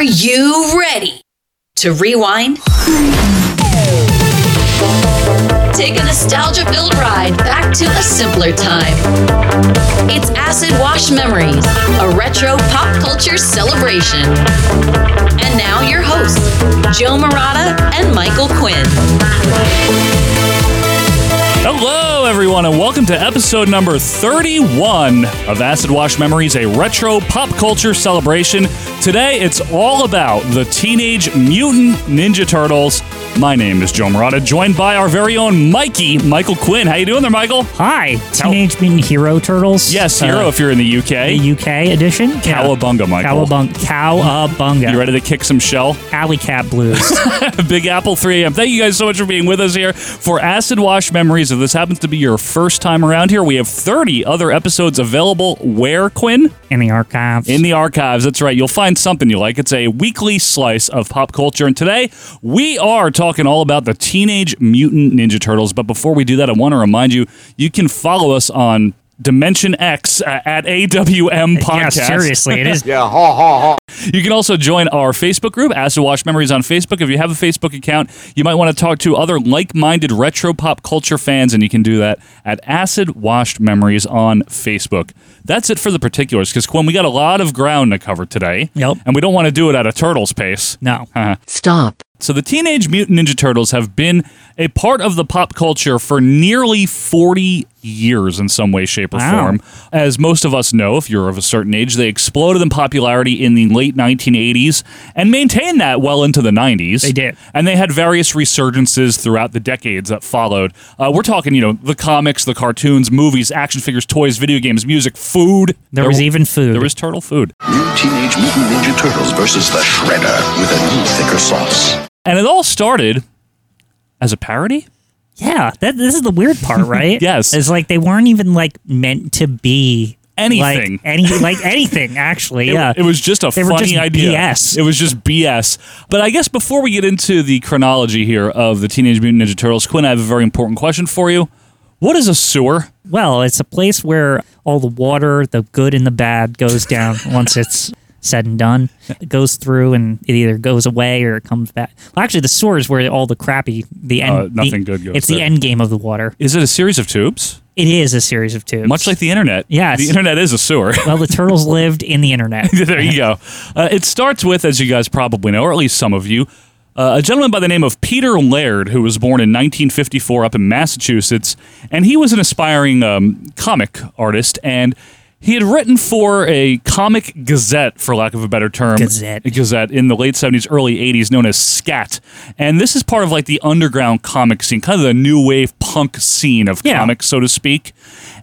you ready to rewind? Take a nostalgia filled ride back to a simpler time. It's Acid Wash Memories, a retro pop culture celebration. And now, your hosts, Joe Murata and Michael Quinn. Hello, everyone, and welcome to episode number 31 of Acid Wash Memories, a retro pop culture celebration. Today, it's all about the Teenage Mutant Ninja Turtles. My name is Joe Murata, joined by our very own Mikey, Michael Quinn. How you doing there, Michael? Hi, Teenage Mutant Hero Turtles. Yes, hero, Uh, if you're in the UK. the UK edition. Yeah. Cowabunga, Michael. Cowabung- Cowabunga. You ready to kick some shell? Alley Cat Blues. Big Apple 3 a.m. Thank you guys so much for being with us here for Acid Wash Memories. If this happens to be your first time around here, we have 30 other episodes available. Where, Quinn? in the archives. In the archives. That's right. You'll find something you like. It's a weekly slice of pop culture. And today, we are talking all about the Teenage Mutant Ninja Turtles. But before we do that, I want to remind you you can follow us on Dimension X uh, at AWM Uh, yeah, Podcast. seriously, it is. Yeah, ha ha ha. You can also join our Facebook group, Acid Wash Memories on Facebook. If you have a Facebook account, you might want to talk to other like-minded retro pop culture fans, and you can do that at Acid Washed Memories on Facebook. That's it for the particulars, because Quinn, we got a lot of ground to cover today. Yep. And we don't want to do it at a turtle's pace. No. Uh-huh. So the Teenage Mutant Ninja Turtles have been a part of the pop culture for nearly 40 years in some way, shape, or Wow. form. As most of us know, if you're of a certain age, they exploded in popularity in the late 1980s and maintained that well into the 90s. They did. And they had various resurgences throughout the decades that followed. Uh, we're talking, you know, the comics, the cartoons, movies, action figures, toys, video games, music, food. There was even food. There was turtle food. New Teenage Mutant Ninja Turtles versus the Shredder with a new thicker sauce. And it all started as a parody? yeah, that, this is the weird part, right? Yes. It's like they weren't even like meant to be Anything. Like, any, like anything, actually. It- yeah. It, was just a They were funny just idea. BS. It was just BS. But I guess before we get into the chronology here of the Teenage Mutant Ninja Turtles, Quinn, I have a very important question for you. What is a sewer? well, it's a place where all the water, the good and the bad, goes down once it's said and done. It goes through and it either goes away or it comes back. Well, actually, the sewer is where all the crappy, the end. Uh, nothing the- good goes It's the there. end game of the water. Is it a series of tubes? It is a series of tubes. Much like the internet. Yes. The internet is a sewer. well, the turtles lived in the internet. there you go. Uh, it starts with, as you guys probably know, or at least some of you, uh, a gentleman by the name of Peter Laird, who was born in 1954 up in Massachusetts, and he was an aspiring um, comic artist, and he had written for a comic gazette, for lack of a better term, Gazette. Gazette in the late 70s, early 80s, known as Scat, and this is part of like the underground comic scene, kind of the new wave punk scene of Yeah. comics, so to speak.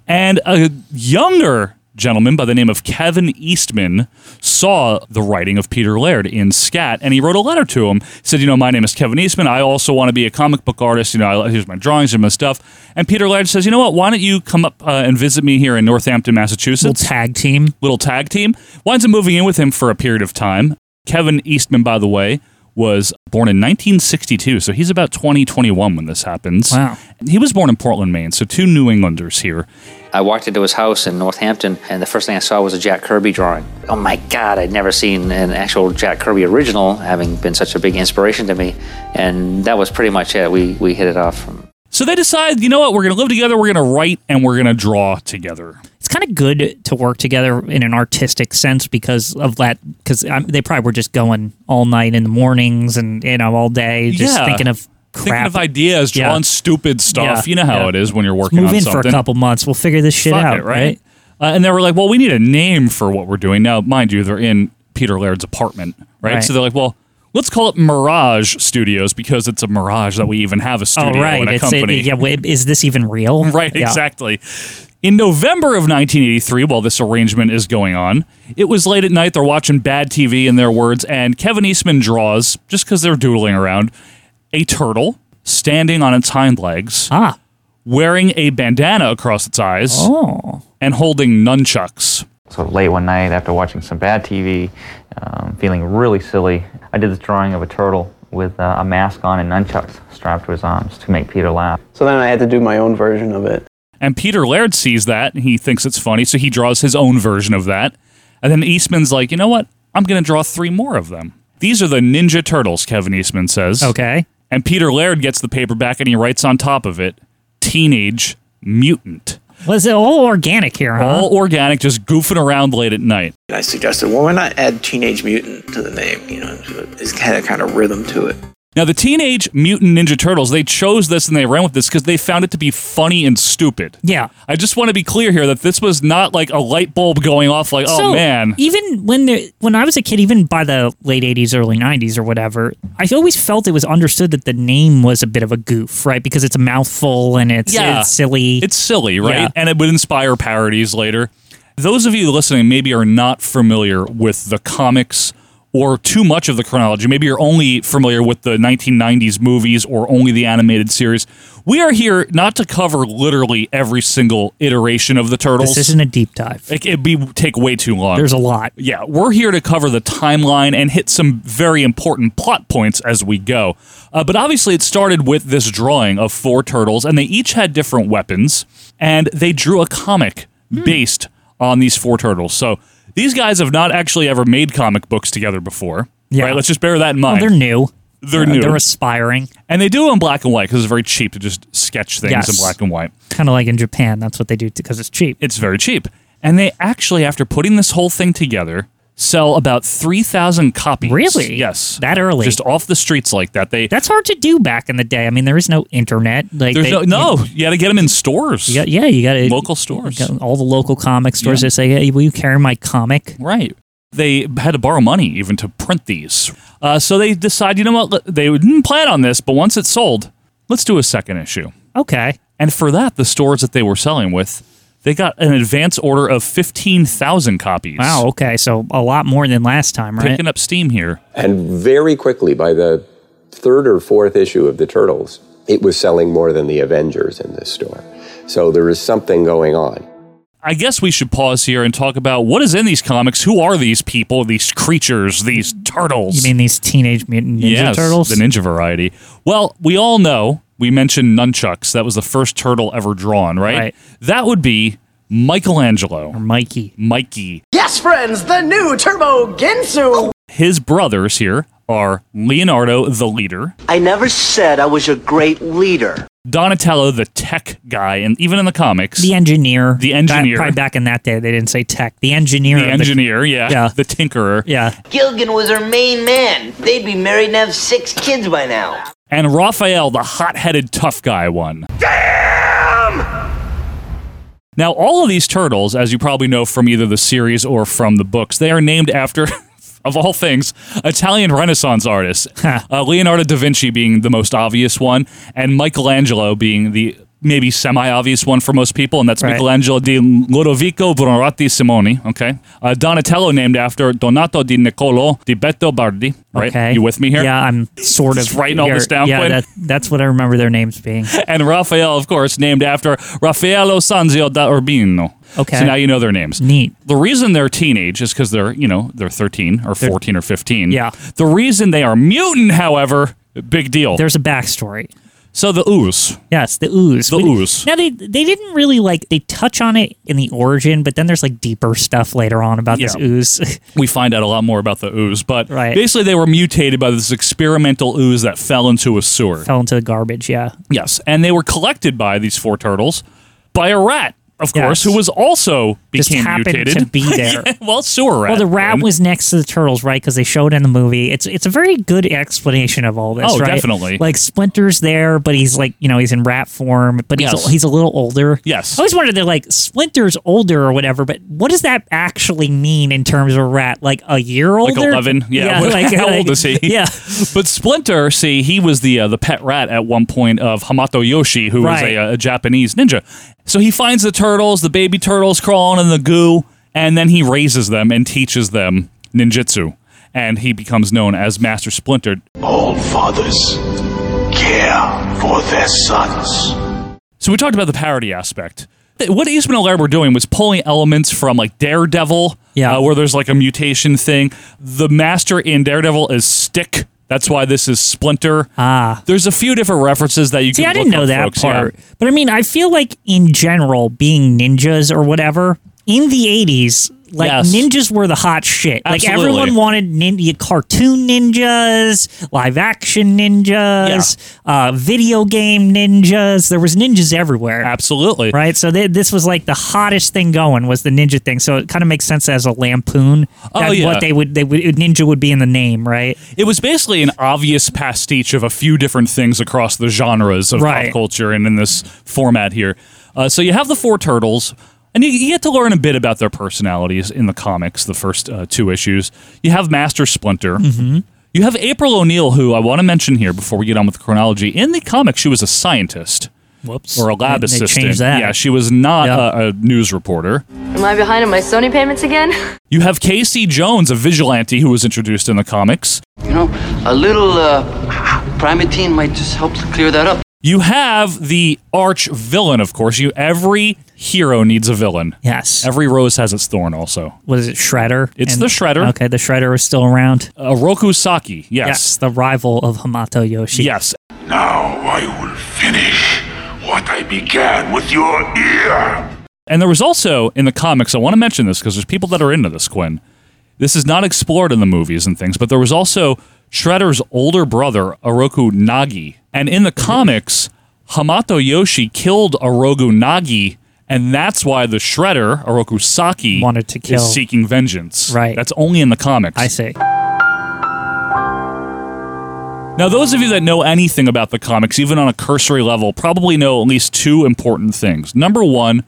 And a younger gentleman by the name of Kevin Eastman saw the writing of Peter Laird in Scat, and he wrote a letter to him. He said, "You know, my name is Kevin Eastman. I also want to be a comic book artist. You know, I, here's my drawings and my stuff." And Peter Laird says, "You know what? Why don't you come up uh, and visit me here in Northampton, Little Massachusetts?" tag team. little tag team. Winds up moving in with him for a period of time. Kevin Eastman, by the way, was born in 1962, so he's about 20, 21 when this happens. Wow. He was born in Portland, Maine, so two New Englanders here. I walked into his house in Northampton, and the first thing I saw was a Jack Kirby drawing. Oh my God, I'd never seen an actual Jack Kirby original, having been such a big inspiration to me. And that was pretty much it. We, we hit it off from So they decide, you know what, we're going to live together, we're going to write, and we're going to draw together. It's kind of good to work together in an artistic sense because of that. Because um, they probably were just going all night in the mornings and you know all day just Yeah. thinking of crap. Thinking of ideas, Yeah. drawing stupid stuff. Yeah, You know how yeah. it is when you're working Move on in something. for a couple months. We'll figure this shit Fuck out, it, right? Uh, and they were like, well, we need a name for what we're doing. Now, mind you, they're in Peter Laird's apartment, right? Right. So they're like, well, let's call it Mirage Studios because it's a mirage that we even have a Oh, studio right. and a It's company. yeah. wait, Is this even real? Right, Yeah. exactly. In November of 1983, while this arrangement is going on, it was late at night. They're watching bad TV, in their words, and Kevin Eastman draws, just because they're doodling around, a turtle standing on its hind legs, Ah. wearing a bandana across its eyes, Oh. and holding nunchucks. So late one night after watching some bad TV, um, feeling really silly, I did this drawing of a turtle with uh, a mask on and nunchucks strapped to his arms to make Peter laugh. So then I had to do my own version of it. And Peter Laird sees that and he thinks it's funny, so he draws his own version of that. And then Eastman's like, you know what? I'm going to draw three more of them. These are the Ninja Turtles, Kevin Eastman says. Okay. And Peter Laird gets the paperback and he writes on top of it Teenage Mutant. Was it all organic here, huh? All organic, just goofing around late at night. And I suggested, well, why not add Teenage Mutant to the name? You know, it's kind of kind of rhythm to it. Now, the Teenage Mutant Ninja Turtles, they chose this and they ran with this because they found it to be funny and stupid. yeah. I just want to be clear here that this was not like a light bulb going off, like, oh So, man. Even when the when I was a kid, even by the late '80s, early '90s, or whatever, I always felt it was understood that the name was a bit of a goof, right? Because it's a mouthful and it's, Yeah. it's silly. It's silly, right? Yeah. And it would inspire parodies later. Those of you listening maybe are not familiar with the comics or too much of the chronology. Maybe you're only familiar with the 1990s movies or only the animated series. We are here not to cover literally every single iteration of the Turtles. this isn't a deep dive. it, it'd be take way too long. There's a lot. Yeah, we're here to cover the timeline and hit some very important plot points as we go. Uh, but obviously, it started with this drawing of four turtles, and they each had different weapons, and they drew a comic Hmm. based on these four turtles. So these guys have not actually ever made comic books together before. Yeah. Right? Let's just bear that in Well, mind. they're new. They're Uh, new. They're aspiring, and they do it in black and white because it's very cheap to just sketch things in Yes. black and white. kind of like in Japan. That's what they do because it's cheap. It's very cheap. And they actually, after putting this whole thing together, sell about 3,000 copies. Really? Yes. That early? Just off the streets like that. They. That's hard to do back in the day. I mean, there is no internet. Like there's they- no, no, you got to get them in stores. You got- yeah, you got to Local stores. all the local comic stores Yeah. that say, "Hey, will you carry my comic?" Right. They had to borrow money even to print these. Uh, so they decide, you know what? let- They didn't plan on this, but once it's sold, let's do a second issue. Okay, And for that, the stores that they were selling with, they got an advance order of 15,000 copies. wow. Okay, so a lot more than last time, right? Picking up steam here. And very quickly, by the third or fourth issue of The Turtles, it was selling more than The Avengers in this store. So there is something going on. I guess we should pause here and talk about what is in these comics. Who are these people, these creatures, these turtles? You mean these teenage mutant ninja yes, turtles? The ninja variety. Well, we all know, we mentioned nunchucks. That was the first turtle ever drawn, right? Right. That would be Michelangelo, Mikey. Mikey. Yes, friends, the new Turbo Gensu! His brothers here are Leonardo, the leader, I never said I was a great leader. Donatello, the tech guy, and even in the comics, The engineer. The Back- engineer. probably back in that day, they didn't say tech. The engineer. the of engineer, yeah, Yeah. the tinkerer, yeah. Gilgan was her main man. They'd be married and have six kids by now. and Raphael, the hot-headed tough guy one. Now, all of these turtles, as you probably know from either the series or from the books, they are named after, of all things, Italian Renaissance artists. Uh, Leonardo da Vinci being the most obvious one, and Michelangelo being the maybe semi-obvious one for most people, and that's Right. Michelangelo di Lodovico Buonarroti Simoni. Okay, uh, Donatello named after Donato di Niccolo di Beto Bardi. Right? Okay. You with me here? Yeah, I'm sort Just of writing all here. this down, Yeah, Quinn? that, that's what I remember their names being. and Raphael, of course, named after Raffaello Sanzio da Urbino. Okay. So now you know their names. Neat. The reason they're teenage is because they're, you know, they're 13 or 14 or 15. Yeah. The reason they are mutant, however, big deal. There's a backstory. so the ooze. Yes, the ooze. The We- ooze. Now they they didn't really like they touch on it in the origin, but then there's like deeper stuff later on about this Yeah. ooze. We find out a lot more about the ooze, but Right. basically they were mutated by this experimental ooze that fell into a sewer. Fell into the garbage. Yeah. Yes. And they were collected by these four turtles by a rat, of Yes. course, who was also Just became happened mutated. to be there. Yeah, well, sewer rat. Well, the rat Quinn. was next to the turtles, right? Because they showed it in the movie. It's it's a very good explanation of all this. Oh, right? definitely. Like Splinter's there, but he's like you know he's in rat form, but he's Yes. he's a little older. Yes. I always wondered they're like Splinter's older or whatever, but what does that actually mean in terms of a rat? Like a year older? like 11 yeah, like- how like- old is he Yeah. but splinter see he was the uh, the pet rat at one point of hamato yoshi who was Right. a, uh, a japanese ninja so he finds the turtles the baby turtles crawling in the goo and then he raises them and teaches them ninjutsu and he becomes known as master splinter All fathers care for their sons. So we talked about the parody aspect. Th- What Eastman and Laird were doing was pulling elements from like Daredevil, Yeah. uh, where there's like a mutation thing. The master in Daredevil is Stick. That's why this is Splinter. Ah. There's a few different references that you See, can I didn't look know up, that folks, yeah. part. But I mean, I feel like in general, being ninjas or whatever in the 80s, like Yes. ninjas were the hot shit. Like Absolutely. everyone wanted ninja cartoon ninjas, live action ninjas, uh, video game ninjas. There was ninjas everywhere. Absolutely. Right? So they, this was like the hottest thing going was the ninja thing. So it kind of makes sense as a lampoon. Oh, That's yeah. what they would they would ninja would be in the name, right? It was basically an obvious pastiche of a few different things across the genres of Right. pop culture and in this format here. Uh, so you have the four turtles, and you, you get to learn a bit about their personalities in the comics, the first uh, two issues. You have Master Splinter. Mhm. You have April O'Neil, who I want to mention here before we get on with the chronology. In the comic, she was a scientist. Whoops. Or a lab They- they assistant. changed that. Yeah, she was not a, a news reporter. Am I behind on my Sony payments again? You have Casey Jones, a vigilante who was introduced in the comics. You know, a little uh, primatine might just help to clear that up. You have the arch villain, of course. You every hero needs a villain. Yes. Every rose has its thorn. Also, Was it Shredder? It's And- the Shredder. Okay, the Shredder was still around. Uh, Roku Saki, yes. the rival of Hamato Yoshi. Yes. Now I will finish what I began with your ear. And there was also in the comics. I want to mention this because there's people that are into this. Quinn, this is not explored in the movies and things, but there was also Shredder's older brother, Oroku Nagi, and in the comics, Hamato Yoshi killed Oroku Nagi. And that's why the Shredder, Oroku Saki, wanted to kill- is seeking vengeance. Right. That's only in the comics. I see. Now, those of you that know anything about the comics, even on a cursory level, probably know at least two important things. Number one,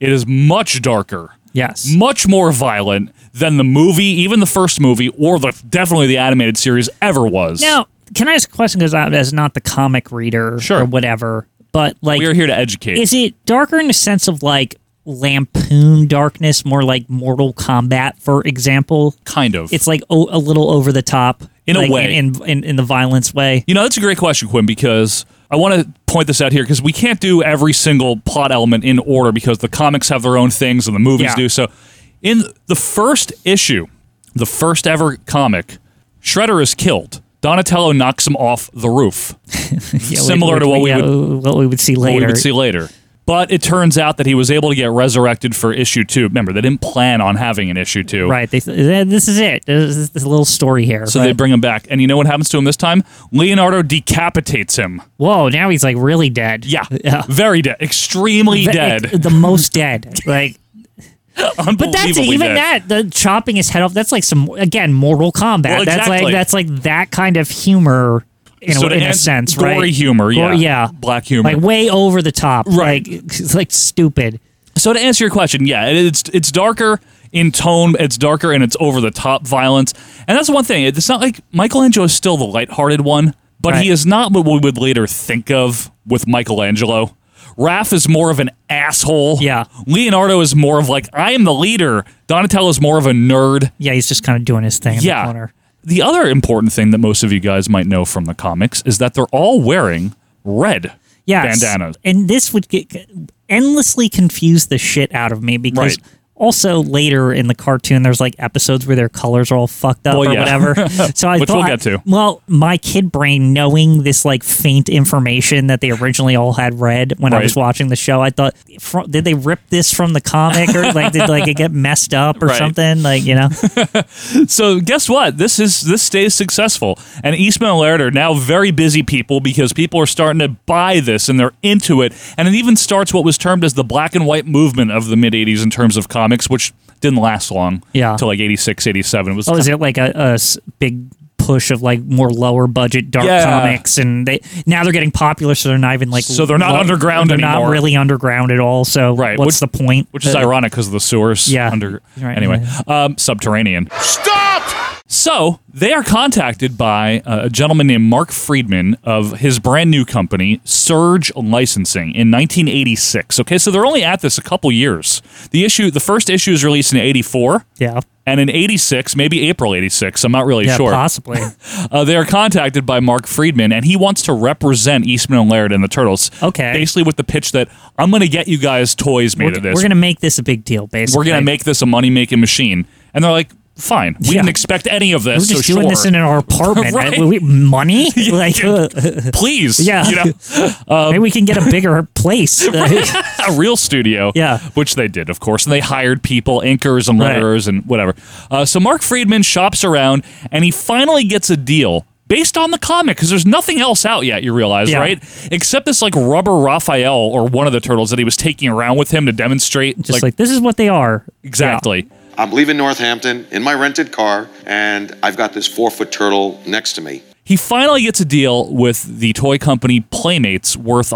it is much darker. Yes. Much more violent than the movie, even the first movie, or the definitely the animated series ever was. Now, can I ask a question? Because I'm as not the comic reader or whatever, but like We're here to educate. Is it darker in the sense of like lampoon darkness, more like Mortal Kombat, for example? Kind of. It's like o- a little over the top In a like, way. in, in in the violence way. You know, that's a great question, Quinn, because I want to point this out here because we can't do every single plot element in order because the comics have their own things and the movies Yeah. do. So, in the first issue, the first ever comic, Shredder is killed. Donatello knocks him off the roof. Yeah, Similar which- to what which- we yeah, would what we would see what later. we would see later. But it turns out that he was able to get resurrected for issue two. Remember, they didn't plan on having an issue two. Right. They, th- this is it. This is this little story here. So right? they bring him back. And you know what happens to him this time? Leonardo decapitates him. Whoa, now he's like really dead. Yeah. Very dead. Extremely The- dead. it- the most dead. Like Unbelievably But that's dead. even that the chopping his head off. That's like some again Mortal Kombat. Well, That's exactly. like that's like that kind of humor in, So a, to in a add sense, gory right? humor, yeah. Gory- yeah, Black humor. like way over the top, right? Like, it's, like stupid. So to answer your question, yeah, it- it's it's darker in tone, it's darker and it's over the top violence, and that's one thing. It's not like Michelangelo is still the lighthearted one, but he is not what we would later think of with Michelangelo. Raph is more of an asshole. Yeah. Leonardo is more of like I am the leader. Donatello is more of a nerd. Yeah, he's just kind of doing his thing. in the yeah. corner. The other important thing that most of you guys might know from the comics is that they're all wearing red Yes. bandanas. And this would get endlessly confuse the shit out of me because. Right. Also, later in the cartoon, there's like episodes where their colors are all fucked up Well, or yeah. whatever. So I Which thought, we'll get to. Well, my kid brain knowing this like faint information that they originally all had read when I was Right. watching the show, I thought, fro- did they rip this from the comic or like did like it get messed up or Right. something? Like you know, so guess what? This is this stays successful, and Eastman and Laird are now very busy people because people are starting to buy this and they're into it, and it even starts what was termed as the black and white movement of the mid '80s in terms of comics, which didn't last long. Yeah. till like '86, '87. It was oh, is it like a, a s- big push of like more lower budget dark Yeah. comics and they now they're getting popular, so they're not even like So they're not lo- underground They're anymore. not really underground at all. So right. what's which- the point? Which is Uh, ironic because of the sewers. Yeah. Under Right. anyway, um, subterranean. Stop! So they are contacted by uh, a gentleman named Mark Friedman of his brand new company, Surge Licensing, in 1986. Okay, so they're only at this a couple years. The issue, the first issue is released in 84. Yeah. And in 86, maybe April 86, I'm not really Yeah, sure. possibly. uh, they are contacted by Mark Friedman, and he wants to represent Eastman and Laird and the Turtles. Okay. Basically, with the pitch that I'm going to get you guys toys made we're, of this. we're gonna make this a big deal. Basically, We're going to make this a money making machine. And they're like, fine. We didn't expect any of this. We're just so doing sure. this in our apartment. Right. Uh, we- money? like, please. Yeah. you know? Um, Maybe we can get a bigger place. a real studio. Yeah. Which they did, of course. And they hired people, inkers and Right. letterers and whatever. Uh, so Mark Friedman shops around and he finally gets a deal based on the comic because there's nothing else out yet, you realize, Yeah. right? Except this like rubber Raphael or one of the turtles that he was taking around with him to demonstrate. Just like, this is what they are. Exactly. I'm leaving Northampton in my rented car, and I've got this four foot turtle next to me. He finally gets a deal with the toy company Playmates worth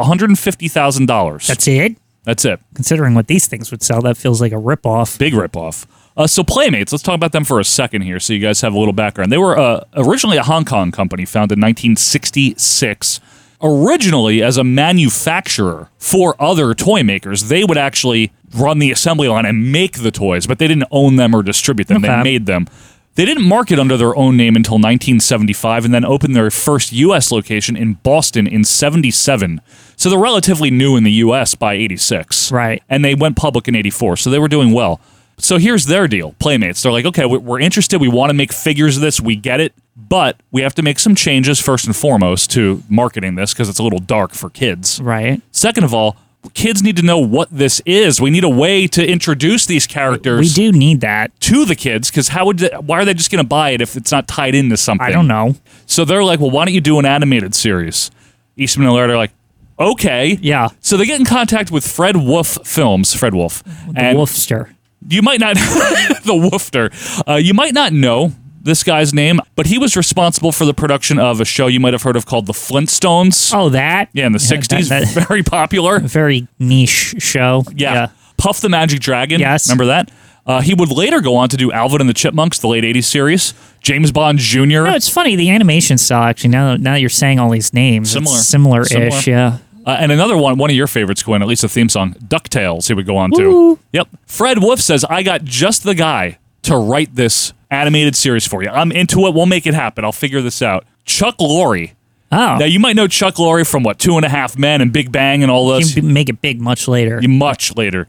$150,000. That's it. That's it. Considering what these things would sell, that feels like a ripoff. Big ripoff. Uh, so Playmates, let's talk about them for a second here, so you guys have a little background. They were uh, originally a Hong Kong company, founded in 1966. Originally, as a manufacturer for other toy makers, they would actually run the assembly line and make the toys, but they didn't own them or distribute them. They Okay. made them. They didn't market under their own name until 1975 and then opened their first U.S. location in Boston in 77. So they're relatively new in the U.S. by 86. Right. And they went public in 84. So they were doing well. So here's their deal Playmates. They're like, okay, we- we're interested. We want to make figures of this. We get it. But we have to make some changes, first and foremost, to marketing this because it's a little dark for kids. Right. Second of all, kids need to know what this is. We need a way to introduce these characters. We do need that. To the kids, because how would they, why are they just going to buy it if it's not tied into something? I don't know. So they're like, well, why don't you do an animated series? Eastman and Laird are like, okay, yeah. So they get in contact with Fred Wolf Films, Fred Wolf, the Wolfster. You might not the Wolfster. Uh, you might not know this guy's name, but he was responsible for the production of a show you might have heard of called The Flintstones. Oh, that yeah, in the Yeah, that- '60s, that- very popular, very niche show. yeah. Puff the Magic Dragon. Yes. Remember that? Uh, he would later go on to do Alvin and the Chipmunks, the late 80s series, James Bond Jr. No, it's funny. The animation style, actually, now now you're saying all these names, similar. similar ish. Yeah. Uh, and another one, one of your favorites, Quinn, at least a theme song, DuckTales, he would go on to. Woo. Yep. Fred Wolf says, I got just the guy to write this animated series for you. I'm into it. We'll make it happen. I'll figure this out. Chuck Lorre. Oh. Now, you might know Chuck Lorre from what, Two and a Half Men and Big Bang and all those. You make it big much later. Much later.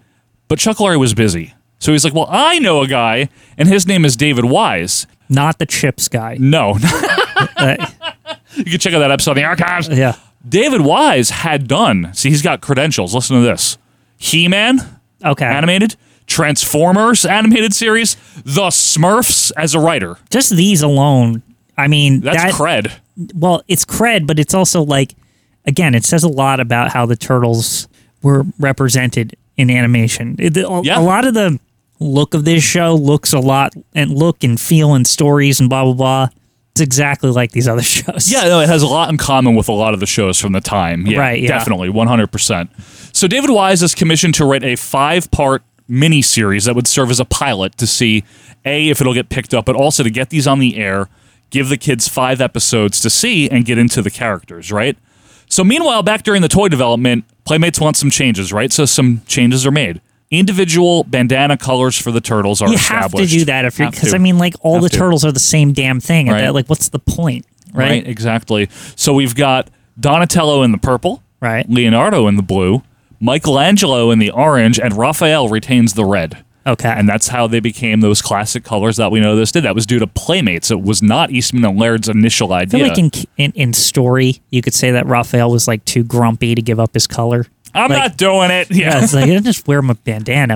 But Chuck Lorre was busy. So he's like, Well, I know a guy, and his name is David Wise. Not the chips guy. No. you can check out that episode in the archives. Yeah. David Wise had done. See, he's got credentials. Listen to this. He Man. Okay. Animated. Transformers animated series. The Smurfs as a writer. Just these alone. I mean, That's that, cred. Well, it's cred, but it's also like, again, it says a lot about how the turtles were represented in animation. It, the- a, a lot of the look of this show looks a lot and look and feel and stories and blah blah blah. It's exactly like these other shows. Yeah, no, it has a lot in common with a lot of the shows from the time. Yeah, Right, yeah. Definitely, 100%. So David Wise is commissioned to write a five-part mini-series that would serve as a pilot to see, A, if it'll get picked up, but also to get these on the air, give the kids five episodes to see and get into the characters, right? So meanwhile, back during the toy development, Playmates want some changes, right? So some changes are made. Individual bandana colors for the turtles are you have established. to do that if you're Have because to. I mean, like all Have the to. turtles are the same damn thing. Right. And that, like, what's the point, Right. right? exactly. So we've got Donatello in the purple, right? Leonardo in the blue, Michelangelo in the orange, and Raphael retains the red. Okay. And that's how they became those classic colors that we know this did. That was due to Playmates. It was not Eastman and Laird's initial I feel idea. like in, in in story, you could say that Raphael was like too grumpy to give up his color. I'm Like, not doing it. Yeah, Yeah. it's like just wear my bandana,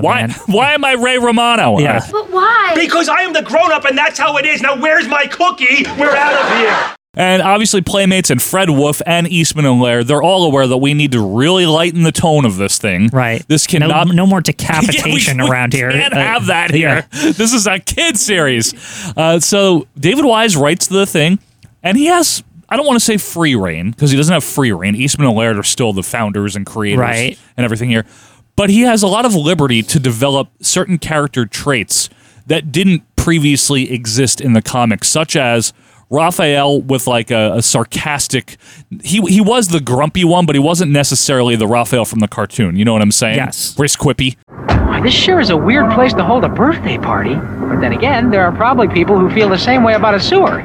why? man. Why am I Ray Romano? Uh, Yeah. But why? Because I am the grown up and that's how it is. Now, where's my cookie? We're out of here. And obviously, Playmates and Fred Wolf and Eastman and Laird, they're all aware that we need to really lighten the tone of this thing. Right. This No, cannot no more Yeah, we- decapitation we around here. Can't Uh, have that yeah. here. This is a kid series. Uh, so David Wise writes the thing, and he has. I don't want to say free reign because he doesn't have free reign. Eastman and Laird are still the founders and creators Right. and everything here, but he has a lot of liberty to develop certain character traits that didn't previously exist in the comics, such as Raphael with like a, a sarcastic. He he was the grumpy one, but he wasn't necessarily the Raphael from the cartoon. You know what I'm saying? Yes. Where he's quippy. This sure is a weird place to hold a birthday party. But then again, there are probably people who feel the same way about a sewer.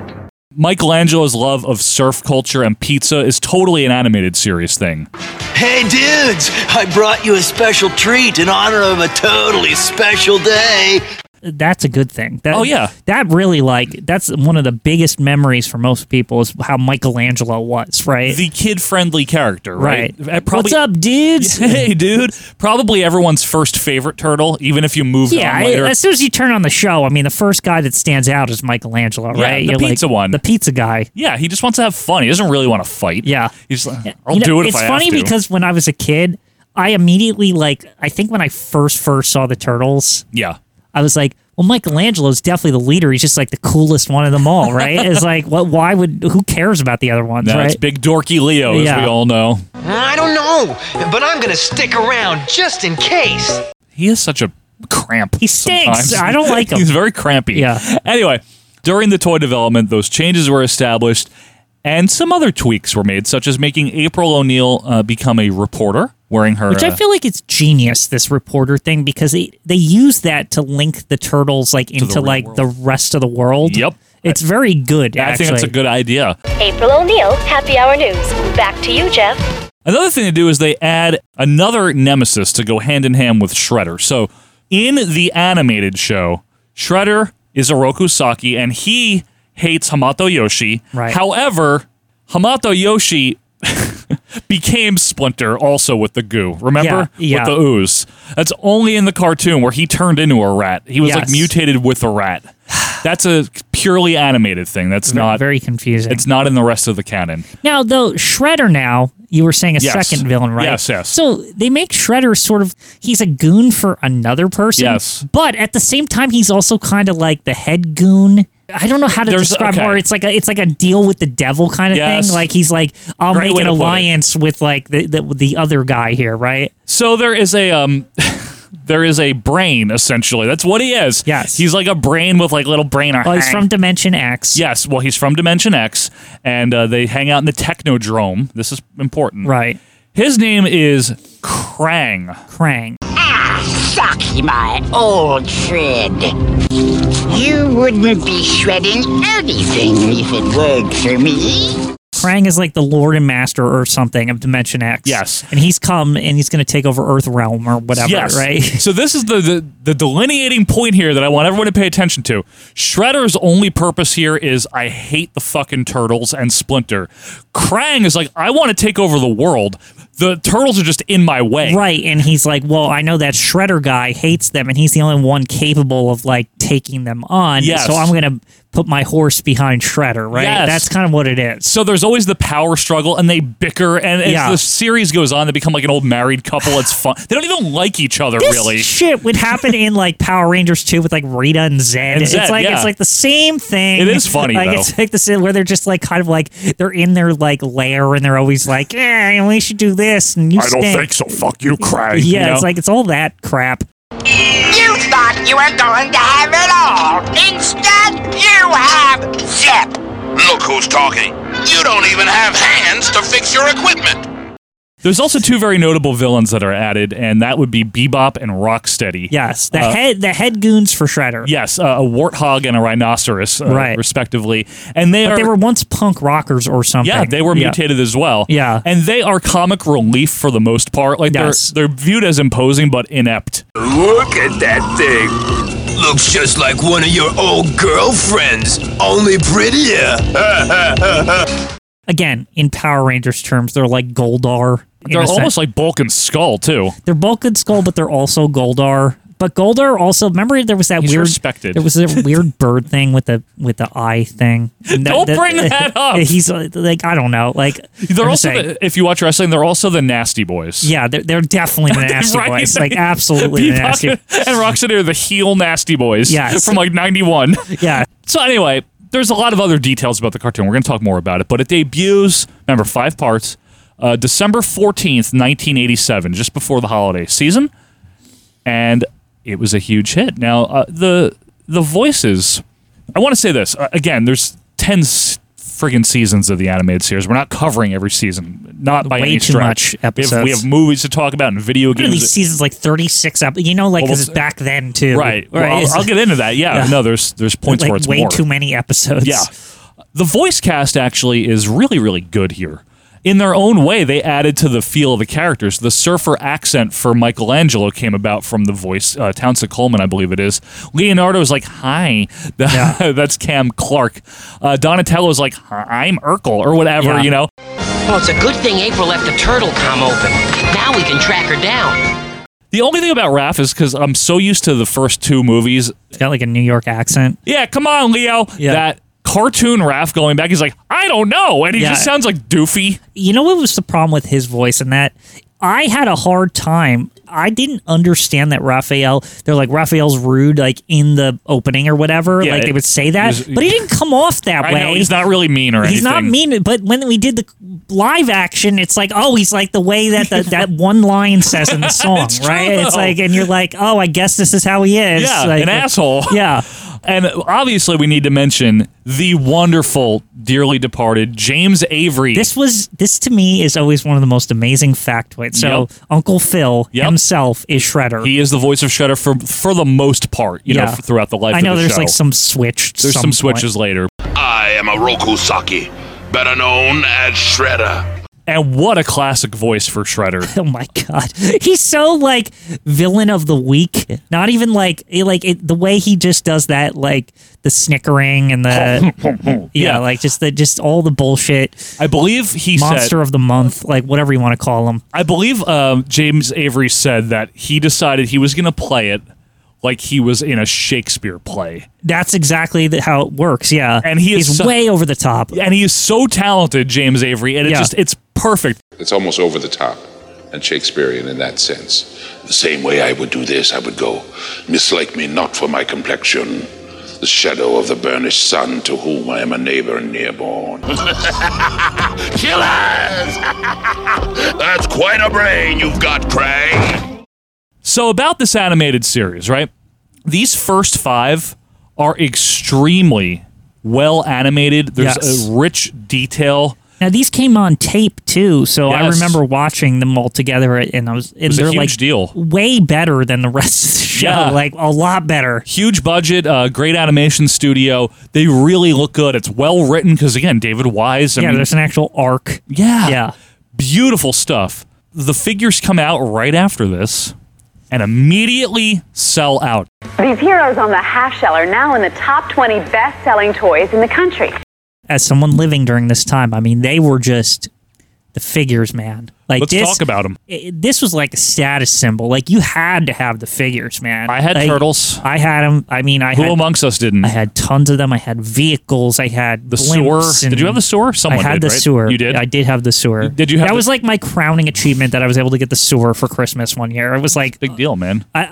Michelangelo's love of surf culture and pizza is totally an animated series thing. Hey dudes, I brought you a special treat in honor of a totally special day. that's a good thing. That, Oh, yeah. that really like that's one of the biggest memories for most people is how Michelangelo was, right? The kid-friendly character, right? Right. Uh, probably- What's up, dudes? Hey, dude. Probably everyone's first favorite turtle, even if you moved Yeah, on I- later. as soon as you turn on the show, I mean, the first guy that stands out is Michelangelo, Yeah, right? the You're like, pizza one. the pizza guy. yeah, he just wants to have fun. He doesn't really want to fight. Yeah, he's like, I'll You know, do it. It's if I funny have to. because when I was a kid, I immediately like I think when I first first saw the turtles, yeah, I was like, well, Michelangelo's definitely the leader. He's just like the coolest one of them all, right? it's like, what? Why would? Who cares about the other ones, no, right? it's big dorky Leo, as Yeah. we all know. I don't know, but I'm gonna stick around just in case. He is such a cramp. He stinks. sometimes. I don't like him. He's very crampy. Yeah. Anyway, during the toy development, those changes were established, and some other tweaks were made, such as making April O'Neil uh, become a reporter, wearing her. Which I uh, feel like it's genius, this reporter thing, because they, they use that to link the turtles like into real like the rest of the world. Yep. It's very good, I actually. think that's a good idea. April O'Neil, Happy Hour News. Back to you, Jeff. Another thing they do is they add another nemesis to go hand in hand with Shredder. So in the animated show, Shredder is Oroku Saki and he hates Hamato Yoshi. Right. However, Hamato Yoshi became Splinter also with the goo. Remember? Yeah, yeah. With the ooze. That's only in the cartoon where he turned into a rat. He was like Yes. mutated with a rat. That's a purely animated thing. That's not very confusing. It's not in the rest of the canon. Now, though, Shredder now, you were saying a Yes. second villain, right? Yes, yes. So they make Shredder sort of, he's a goon for another person. Yes. But at the same time, he's also kind of like the head goon. I don't know how to There's- describe okay. more. It's like a it's like a deal with the devil kind of Yes. thing. Like he's like, I'll Great make way an to put it. alliance with like the, the the other guy here, right? So there is a um there is a brain essentially. That's what he is. Yes. He's like a brain with like little brain Well, Oh, he's from Dimension X. Yes, well he's from Dimension X and uh, they hang out in the Technodrome. This is important. Right. His name is Krang. Krang. Saki, my old friend. You wouldn't be shredding anything if it weren't for me. Krang is like the lord and master or something of Dimension X. Yes. And he's come and he's going to take over Earth Realm or whatever, yes. right? so this is the, the the delineating point here that I want everyone to pay attention to. Shredder's only purpose here is I hate the fucking turtles and Splinter. Krang is like I want to take over the world. The turtles are just in my way. Right. And he's like, well, I know that Shredder guy hates them and he's the only one capable of like taking them on. Yes. So I'm going to put my horse behind Shredder, right? Yes. That's kind of what it is. So there's always the power struggle, and they bicker, and as Yeah. the series goes on, they become like an old married couple. It's fun. They don't even like each other This really. shit would happen in like Power Rangers 2 with like Rita and Zed. And Zed, it's like yeah. it's like the same thing. It is funny, Like though. it's like the same where they're just like kind of like they're in their like lair and they're always like, yeah, we should do this and you I don't stink." think so. Fuck you, Krang. Yeah, you know? it's like it's all that crap. You thought you were going to have it all. Instead, you have zip. Look who's talking. You don't even have hands to fix your equipment. There's also two very notable villains that are added, and that would be Bebop and Rocksteady. Yes, the Uh, head the head goons for Shredder. Yes, uh, a warthog and a rhinoceros, uh, Right. respectively, and they But are. they were once punk rockers or something. yeah, they were mutated as well. Yeah. and they are comic relief for the most part. Like Yes. they're they're viewed as imposing but inept. Look at that thing. Looks just like one of your old girlfriends, only prettier. Again, in Power Rangers terms, they're like Goldar. in They're a sense. almost like Bulk and Skull too. they're Bulk and Skull, but they're also Goldar. But Goldar also remember there was that He's weird respected. There was that weird bird thing with the with the eye thing. And Don't bring that up. He's uh, like I don't know. Like They're I'm also, saying- the, if you watch wrestling, they're also the nasty boys. yeah. They're, they're definitely the nasty Right? boys. Like absolutely the Bebop nasty. And Rocksteady are the heel nasty boys. Yes. From like 91. Yeah. So, anyway, there's a lot of other details about the cartoon. We're going to talk more about it, but it debuts, remember, five parts, uh, December 14th, 1987, just before the holiday season. And it was a huge hit. Now, uh, the the voices, I want to say this. Uh, again, there's 10 s- friggin' seasons of the animated series. We're not covering every season, not by Way any too stretch. much We have- we episodes. have movies to talk about and video One of games. these seasons like thirty six up. You know, like Well, 'cause it's back then too. Right. Well, I'll, I'll get into that. Yeah. Yeah. No, there's there's points like where it's way more. too many episodes. Yeah. The voice cast actually is really really good here, in their own way, they added to the feel of the characters. The surfer accent for Michelangelo came about from the voice, uh, Townsend Coleman, I believe it is. Leonardo's like, hi. That's Cam Clark. Uh, Donatello's like, I'm Urkel, or whatever, Yeah. you know? Well, it's a good thing April left the turtle com open. Now we can track her down. The only thing about Raph is because I'm so used to the first two movies. It's got like a New York accent. Yeah, come on, Leo. That cartoon Raph going back, he's like, I don't know. And he Yeah. just sounds like doofy. You know what was the problem with his voice and that? I had a hard time. I didn't understand that Raphael. They're like Raphael's rude, like in the opening or whatever. Yeah, like they it- would say that, it was- but he didn't come off that I way. know he's not really mean or He's anything. not mean, but when we did the live action, it's like, oh, he's like the way that the, that one line says in the song, It's true, right? It's though. like, and you're like, oh, I guess this is how he is. Yeah, Like, an asshole. Yeah. And obviously, we need to mention the wonderful, dearly departed James Avery. This was this to me is always one of the most amazing factoids. So Yep. Uncle Phil himself is Shredder. he is the voice of Shredder for for the most part, you know, Yeah. f- throughout the life. I know of the there's show. like some switch. There's some point. switches later. I am Oroku Saki, better known as Shredder. And what a classic voice for Shredder. Oh my god, he's so like villain of the week. Not even like it- like it, the way he just does that, like the snickering and the yeah, Yeah. like just the just all the bullshit. I believe he said- monster of the month, like whatever you want to call him. I believe um, James Avery said that he decided he was going to play it like he was in a Shakespeare play. That's exactly the, how it works. Yeah, And he is he's so- way over the top. And he is so talented, James Avery, and it Yeah. just it's perfect. It's almost over the top and Shakespearean in that sense. The same way I would do this, I would go, Mislike me not for my complexion, the shadow of the burnished sun to whom I am a neighbor and near born. Killers! That's quite a brain you've got, Crane. So about this animated series, right? These first five are extremely well animated. There's Yes. a rich detail. Now these came on tape too, so I Yes. remember watching them all together, and I was and It was a they're huge like deal. way better than the rest of the show, Yeah. like a lot better. Huge budget, uh, great animation studio. They really look good. It's well written because again, David Wise. I yeah, mean, there's an actual arc. Yeah. Yeah. Beautiful stuff. The figures come out right after this and immediately sell out. These heroes on the half shell are now in the top 20 best selling toys in the country. As someone living during this time, I mean, they were just the figures, man. Like Let's this, talk about 'em. i- this was like a status symbol. Like you had to have the figures, man. I had Like, turtles. I had them. I mean, I Who had amongst us didn't? I had tons of them. I had vehicles. I had The blimps sewer. and- Did you have the sewer? Someone I had did, the right? sewer. You did? I did have the sewer. Did you have That the- was like my crowning achievement that I was able to get the sewer for Christmas one year. It was like big deal, man. I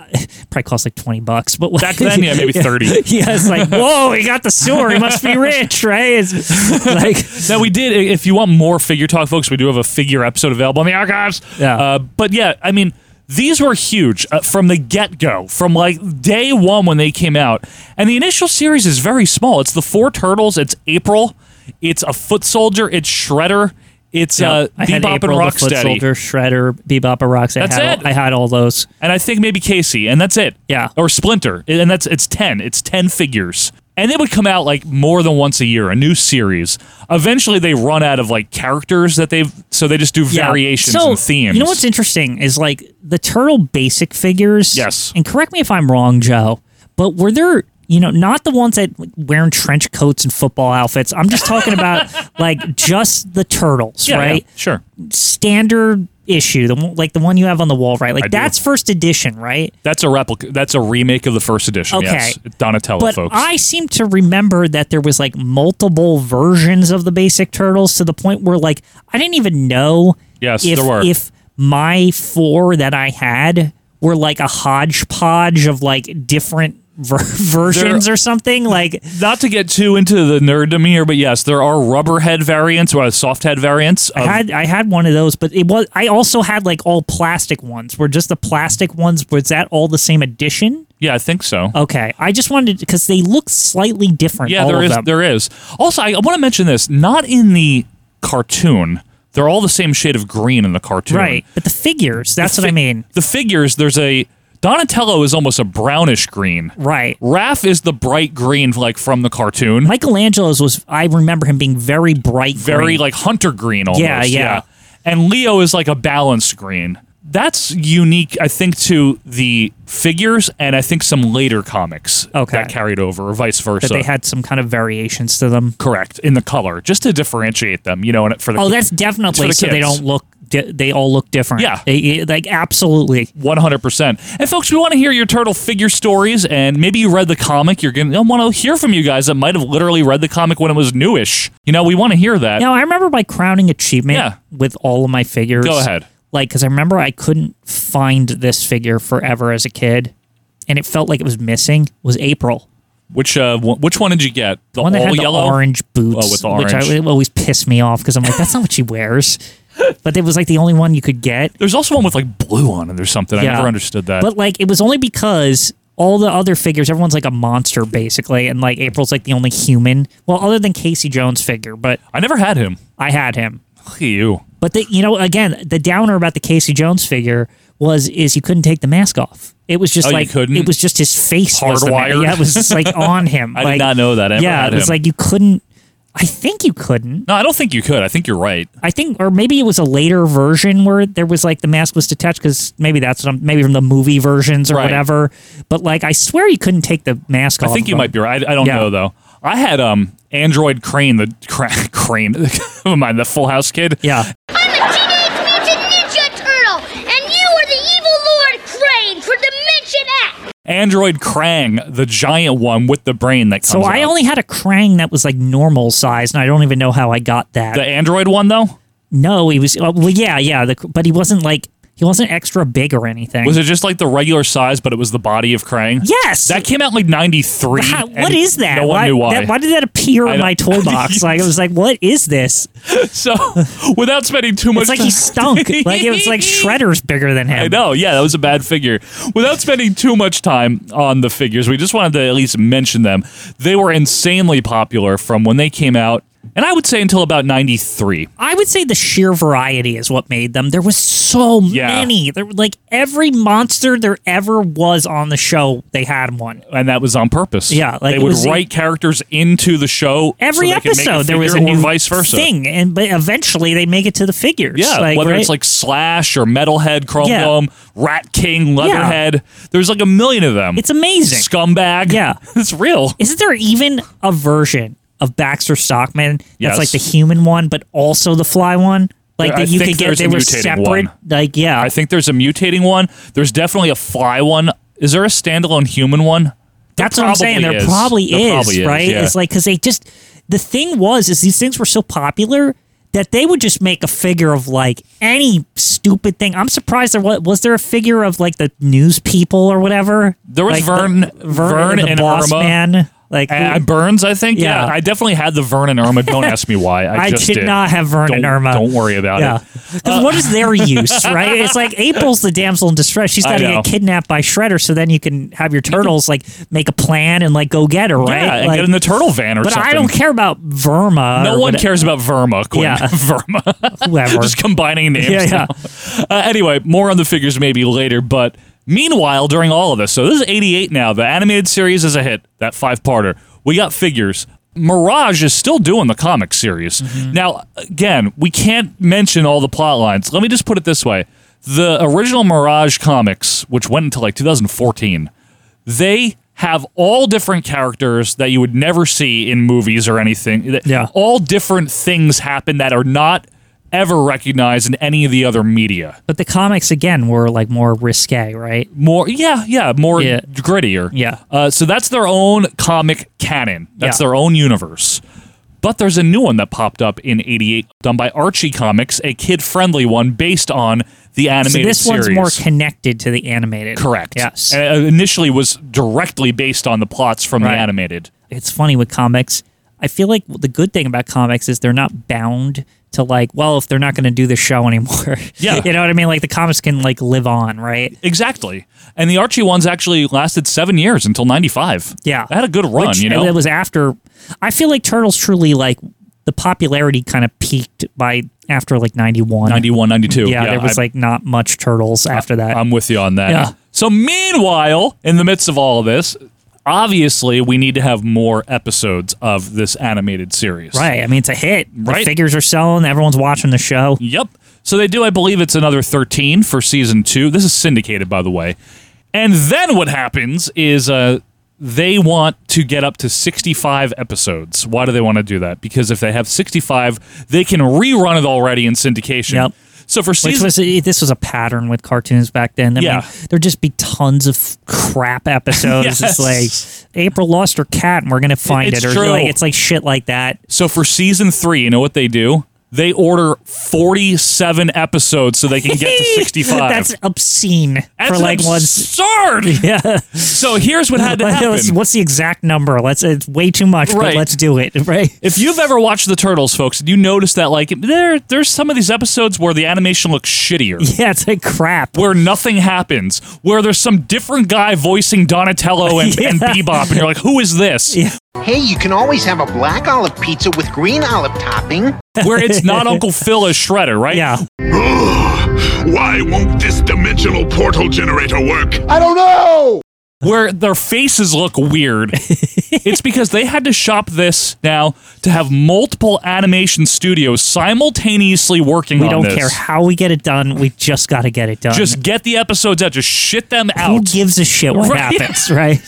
probably cost like twenty bucks, but Back then, yeah, maybe 30. yeah, it's like whoa, he got the sewer. He must be rich, right? It's like now we did. If you want more figure talk, folks, we do have a figure episode available in the archives. Yeah. Uh, but yeah, I mean, these were huge uh, from the get go, from like day one when they came out. And the initial series is very small. It's the four turtles. It's April. It's a foot soldier. It's Shredder. It's uh, I had Bebop April and the Foot Rocksteady. Soldier, Shredder, Bebop, and Rocksteady. That's I had, it. I had all those. and I think maybe Casey, and that's it. Yeah. Or Splinter, and that's it's ten. It's ten figures, and they would come out like more than once a year, a new series. Eventually, they run out of like characters that they've, so they just do Yeah. variations So, and themes. You know what's interesting is like the turtle basic figures. Yes. And correct me if I'm wrong, Joe, but were there you know not the ones that wearing trench coats and football outfits? I'm just talking about like just the turtles, Yeah, yeah, right? sure. Standard issue, the one, like the one you have on the wall, right? Like I do. that's first edition, right? That's a replica. That's a remake of the first edition. Okay. Yes, Donatello, but folks. I seem to remember that there was like multiple versions of the basic turtles to the point where like I didn't even know Yes, if, there were. if my four that I had were like a hodgepodge of like different ver- versions or something like not to get too into the nerdom here, but yes, there are rubber head variants or soft head variants. I of- had I had one of those, but it was I also had like all plastic ones. Were just the plastic ones? Was that all the same edition? yeah, I think so. Okay, I just wanted because they look slightly different. Yeah, all there of is. them. There is. Also, I, I want to mention this. Not in the cartoon. They're all the same shade of green in the cartoon. right, but the figures. That's what I mean. The figures. There's a. Donatello is almost a brownish green. Right. Raph is the bright green, like from the cartoon. Michelangelo's was I remember him being very bright, Very green. like hunter green almost. Yeah, yeah. And Leo is like a balanced green. That's unique, I think, to the figures and I think some later comics Okay. that carried over or vice versa. that they had some kind of variations to them. Correct. In the color, just to differentiate them, you know, and for the Oh, that's it's for definitely the so they kids. don't look. Di- they all look different. Yeah. They- eh, like absolutely. One hundred percent. And folks, we want to hear your turtle figure stories, and maybe you read the comic. You're gonna want to hear from you guys that might have literally read the comic when it was newish. You know, we want to hear that. Now I remember my crowning achievement Yeah. with all of my figures. Go ahead. Like, because I remember I couldn't find this figure forever as a kid, and it felt like it was missing. Was April Which uh, w- which one did you get? The one that all had the Oh, yellow, orange boots, Oh, with the which orange. I, it always pissed me off because I'm like, that's not what she wears. But it was like the only one you could get. There's also one with like blue on it or something. I Yeah. never understood that. But like, it was only because all the other figures, everyone's like a monster basically, and like April's like the only human. Well, other than Casey Jones' figure, but I never had him. I had him. Look at you. But the, you know, again, the downer about the Casey Jones figure was is he couldn't take the mask off. It was just Oh, you like couldn't? it was just his face was the ma- Hardwired? Yeah, it was just like on him. I did like, not know that. I never yeah, had it was him. like you couldn't. I think you couldn't. No, I don't think you could. I think you're right. I think, or maybe it was a later version where there was like the mask was detached because maybe that's what I'm, maybe from the movie versions or Right. whatever. But like, I swear you couldn't take the mask I off. think of you him. might be right. I, I don't Yeah. know though. I had um Android Crane, the cra- Crane, never mind, the Full House kid. Yeah. Mutant Ninja Turtle, and you are the evil Lord Crane for Dimension X. Android Krang, the giant one with the brain that comes So I out. only had a Krang that was like normal size, and I don't even know how I got that. the Android one though. no, he was. Uh, well, yeah, yeah, the, but he wasn't like he wasn't extra big or anything. Was it just like the regular size, but it was the body of Krang? Yes. That came out in like '93. How- what is that? No one why, knew why. That, why did that appear I in don't- my toolbox? like I was like, what is this? so without spending too much, It's like time- he stunk. like it was like Shredder's bigger than him. I know. Yeah, that was a bad figure. Without spending too much time on the figures, we just wanted to at least mention them. They were insanely popular from when they came out, and I would say until about '93. I would say the sheer variety is what made them. There was so many. There were like every monster there ever was on the show. They had one. and that was on purpose. Yeah, like they it would was- write characters into the show Every so they could make a episode there was a figure new or vice versa thing, and but eventually they make it to the figures. Yeah, like, whether right? it's like Slash or Metalhead, Chrome Yeah. Dome, Rat King, Leatherhead. There's like a million of them. It's amazing. Scumbag. Yeah. it's real. Isn't there even a version of Baxter Stockman that's Yes. like the human one, but also the fly one? Like I that you think could get. there's They a were mutating separate. one. Like yeah, I think there's a mutating one. There's definitely a fly one. Is there a standalone human one? There That's what I'm saying. There probably is. probably There is, probably is, right? yeah. It's like because they just the thing was is these things were so popular that they would just make a figure of like any stupid thing. I'm surprised there was, was there a figure of like the news people or whatever. There was Like, Vern, the- Vern the and boss Irma. man. Like Uh, who- Burns, I think. Yeah. Yeah. I definitely had the Vern and Irma. Don't ask me why. I, I just did not have Vern Don't- and Irma. Don't worry about yeah, it. 'Cause what is their use, right? It's like April's the damsel in distress. She's I got to know. get kidnapped by Shredder, so then you can have your turtles like make a plan and like go get her, right? Yeah, and Like- get in the turtle van or but something. I don't care about Verma. No or one whatever. cares about Verma, Quinn. Yeah. Verma. Whoever. Just combining names. Yeah, yeah. now. Uh, anyway, more on the figures maybe later, but meanwhile, during all of this, so this is 88 now. The animated series is a hit, that five parter. We got figures. Mirage is still doing the comic series. Mm-hmm. Now, again, we can't mention all the plot lines. Let me just put it this way the original Mirage comics, which went until like 2014, they have all different characters that you would never see in movies or anything. Yeah. All different things happen that are not ever recognized in any of the other media. But the comics again were like more risque, right? More, yeah, yeah, more grittier. Yeah. Uh, so that's their own comic canon. That's Yeah. their own universe. But there's a new one that popped up in '88, done by Archie Comics, a kid-friendly one based on the So animated this series. one's more connected to the animated. correct. Yes. And it initially was directly based on the plots from Right. the animated. It's funny with comics. I feel like the good thing about comics is they're not bound to like, well, if they're not going to do the show anymore. Yeah. you know what I mean? Like the comics can like live on, right? Exactly. And the Archie ones actually lasted seven years until 95. Yeah. That had a good run, Which- you know? It was after I feel like Turtles truly like the popularity kind of peaked by after like 91. 91, 92. Yeah, Yeah, there was I- like not much Turtles after that. I'm with you on that. Yeah. So, meanwhile, in the midst of all of this, obviously, we need to have more episodes of this animated series. Right. I mean, it's a hit. The Right. figures are selling. Everyone's watching the show. Yep. So they do, I believe it's another 13 for season two. This is syndicated, by the way. And then what happens is uh, they want to get up to 65 episodes. Why do they want to do that? Because if they have 65, they can rerun it already in syndication. Yep. So for Which season was eh, this was a pattern with cartoons back then. I Yeah. mean, there'd just be tons of crap episodes. Yes. It's like April lost her cat, and we're gonna find It's it. Or true. like it's like shit like that. So for season three, you know what they do? They order 47 episodes so they can get to 65. That's obscene That's for an like once. absurd. Yeah. So here's what had to Like, happen. let's- What's the exact number? Let's. It's way too much, but Right. let's do it. Right. If you've ever watched the Turtles, folks, you notice that like there there's some of these episodes where the animation looks shittier. Yeah, it's like crap. Where nothing happens, where there's some different guy voicing Donatello and, and Yeah. Bebop, and you're like, who is this? Hey, you can always have a black olive pizza with green olive topping. Where it's not Uncle Phil as Shredder, right? Yeah. Why won't this dimensional portal generator work? I don't know. Where their faces look weird. it's because they had to shop this now to have multiple animation studios simultaneously working We on don't this. care how we get it done. We just got to get it done. Just get the episodes out. Just shit them out. who gives a shit what Right. happens, right?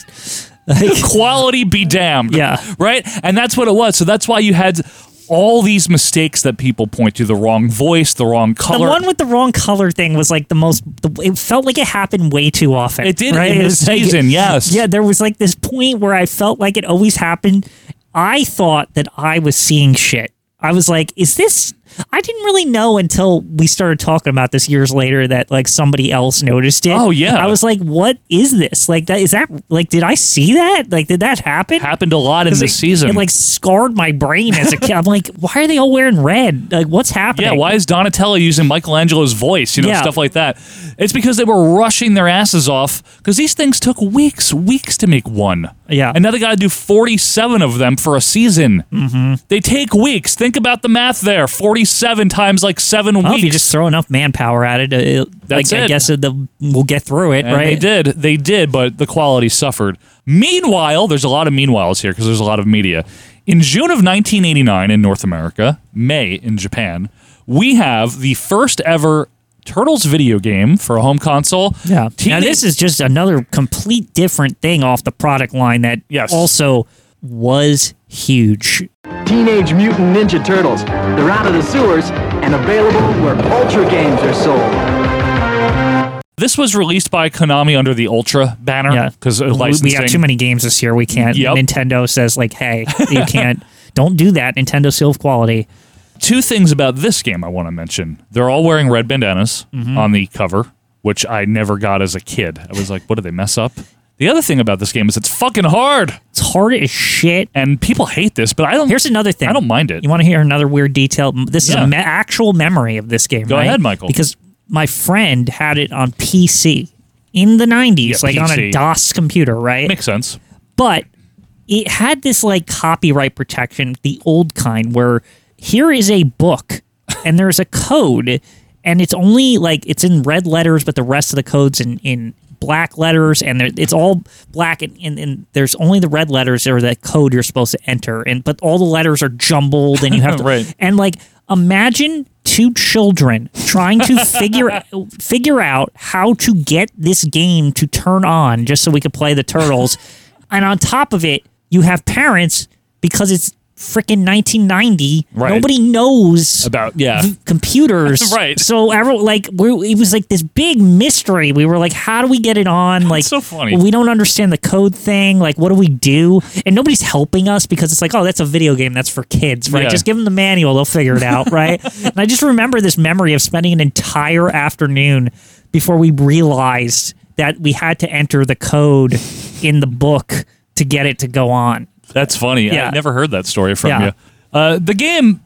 Quality be damned. Yeah. Right? And that's what it was. So that's why you had all these mistakes that people point to the wrong voice, the wrong color. The one with the wrong color thing was like the most. The, it felt like it happened way too often. It did right? in It this was like- season, yes. Yeah, there was like this point where I felt like it always happened. I thought that I was seeing shit. I was like, is this? I didn't really know until we started talking about this years later that like somebody else noticed it. Oh, yeah. I was like, what is this? Like that is that like did I see that? Like did that happen? Happened a lot in 'Cause this it- season. It like scarred my brain as a kid. I'm like, why are they all wearing red? Like what's happening? yeah, why is Donatello using Michelangelo's voice? You know, Yeah. stuff like that. It's because they were rushing their asses off because these things took weeks, weeks to make one. Yeah. And now they got to do 47 of them for a season. Mm-hmm. They take weeks. Think about the math there 47 times like seven Well, weeks. if you just throw enough manpower at it, uh, it That's like, I it. guess it, the, we'll get through it, And right? They did. They did, but the quality suffered. Meanwhile, there's a lot of meanwhiles here because there's a lot of media. In June of 1989 in North America, May in Japan, we have the first ever Turtles video game for a home console. Yeah. now Teenage- this is just another complete different thing off the product line that also was huge. Teenage Mutant Ninja Turtles. They're out of the sewers and available where Ultra games are sold. This was released by Konami under the Ultra banner Yeah. because We- licensing. We have too many games this year. We can't. Yep. Nintendo says like, hey, you can't. don't do that. Nintendo seal of quality. two things about this game I want to mention. They're all wearing red bandanas Mm-hmm. on the cover, which I never got as a kid. I was like, what did they mess up? The other thing about this game is it's fucking hard. It's hard as shit. And people hate this, but I don't. Here's another thing. I don't mind it. You want to hear another weird detail? M- This is Yeah. a me- actual memory of this game. Go right? ahead, Michael. Because my friend had it on PC in the 90s, Yeah, like on a PC. DOS computer, right? Makes sense. But it had this like copyright protection, the old kind, where here is a book and there's a code and it's only like it's in red letters, but the rest of the code's in, in black letters and there, it's all black and, and, and there's only the red letters or the code you're supposed to enter and but all the letters are jumbled and you have to Right. and like imagine two children trying to figure figure out how to get this game to turn on just so we could play the turtles and on top of it you have parents because it's freaking 1990 Right. nobody knows About yeah. v- computers Right. so everyone like we it was like this big mystery we were like how do we get it on like so funny. we don't understand the code thing like what do we do and nobody's helping us because it's like oh that's a video game that's for kids right Yeah. just give them the manual they'll figure it out right and i just remember this memory of spending an entire afternoon before we realized that we had to enter the code in the book to get it to go on That's funny. Yeah. I never heard that story from Yeah. you. Uh, the game,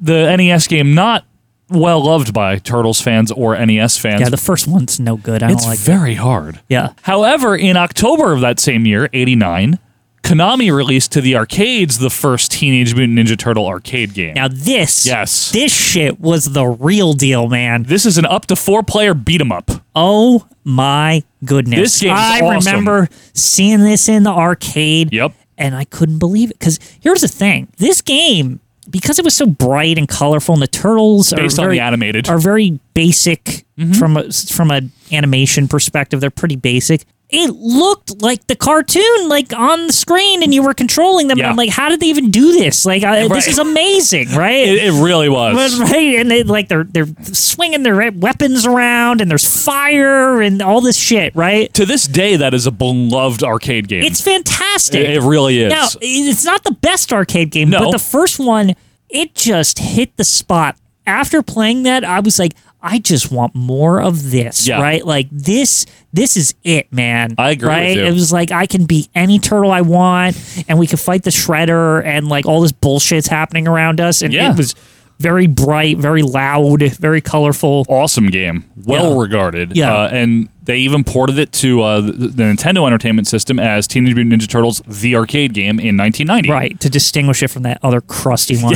the NES game, not well loved by Turtles fans or NES fans. yeah the first one's no good i it's don't like it. very hard. yeah However, in October of that same year, 89, Konami released to the arcades the first Teenage Mutant Ninja Turtle arcade game. Now this, yes, this shit was the real deal, man. This is an up to four player beat 'em up. Oh my goodness! This game's I awesome. remember seeing this in the arcade. Yep. And I couldn't believe it because here's the thing: this game, because it was so bright and colorful, and the turtles Based are on very, the Mm-hmm. animated. are very basic from a, from an animation perspective. They're pretty basic. It looked like the cartoon, like on the screen, and you were controlling them. And Yeah. I'm like, how did they even do this? Like, I, this is amazing, right? It, it really was. That's right, and they like they're they're swinging their weapons around, and there's fire and all this shit, right? To this day, that is a beloved arcade game. It's fantastic. It- it really is. Now, it's not the best arcade game, No. but the first one, it just hit the spot. After playing that, I was like, I just want more of this, Yeah. right? Like this, this is it, man. I agree with Right? you. It was like I can be any turtle I want, and we can fight the shredder, and like all this bullshit's happening around us, and Yeah. it was very bright, very loud, very colorful. awesome game, well Yeah. regarded. Yeah. uh, and they even ported it to uh, the, the Nintendo Entertainment System as Teenage Mutant Ninja Turtles: The Arcade Game in 1990. Right, to distinguish it from that other crusty one.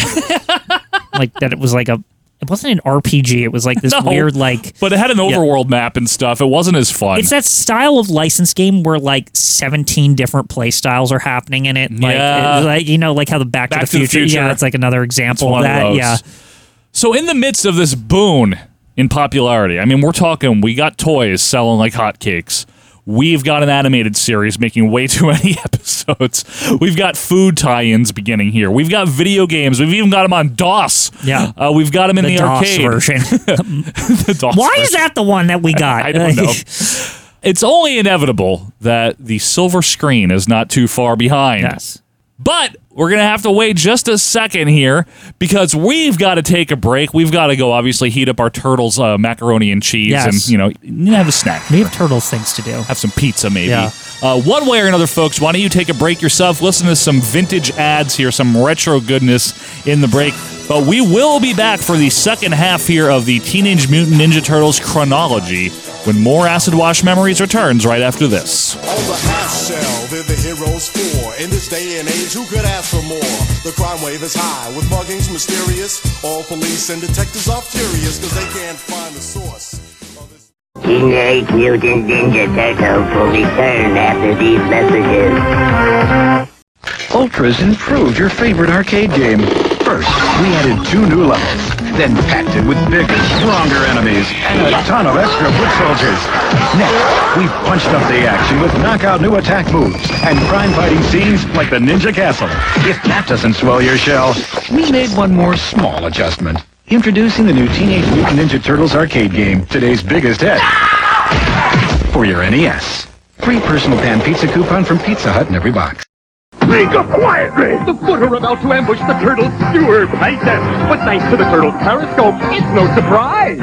like that it was like a it wasn't an RPG, it was like this No. weird like But it had an Yeah. overworld map and stuff. It wasn't as fun. It's that style of licensed game where like seventeen different play styles are happening in it. Like, Yeah. it- like you know, like how the Back, Back to, the, future, Yeah, that's like another It's example one of of that. those. Yeah, So in the midst of this boon in popularity, I mean, we're talking we got toys selling like hotcakes. We've got an animated series making way too many episodes. We've got food tie-ins beginning here. We've got video games. We've even got them on DOS. Yeah. uh, we've got them in the, DOS arcade version. The DOS Why version. is that the one that we got? I don't know. It's only inevitable that the silver screen is not too far behind. Yes. But we're going to have to wait just a second here because we've got to take a break. We've got to go, obviously, heat up our turtles' uh, macaroni and cheese Yes. and, you know, you know, have a snack. we have turtles things to do. Have some pizza, maybe. Yeah. Uh, one way or another, folks, why don't you take a break yourself? Listen to some vintage ads here, some retro goodness in the break. But we will be back for the second half here of the Teenage Mutant Ninja Turtles chronology when more Acid Wash Memories returns right after this. On the half shell, they're the heroes for. In this day and age, who could ask for more? The crime wave is high, with muggings mysterious. All police and detectives are furious, cause they can't find the source. Teenage Mutant Ninja Turtles will return after these messages. Ultras improved your favorite arcade game. First, we added two new levels, then packed it with bigger, stronger enemies and a ton of extra foot soldiers. Next, we punched up the action with knockout new attack moves and crime-fighting scenes like the Ninja Castle. If that doesn't swell your shell, we made one more small adjustment. Introducing the new Teenage Mutant Ninja Turtles arcade game, today's biggest hit for your NES. Free personal pan pizza coupon from Pizza Hut in every box. Think up quietly! The foot are about to ambush the turtle steward! Nice them! But thanks to the turtle's periscope, it's no surprise!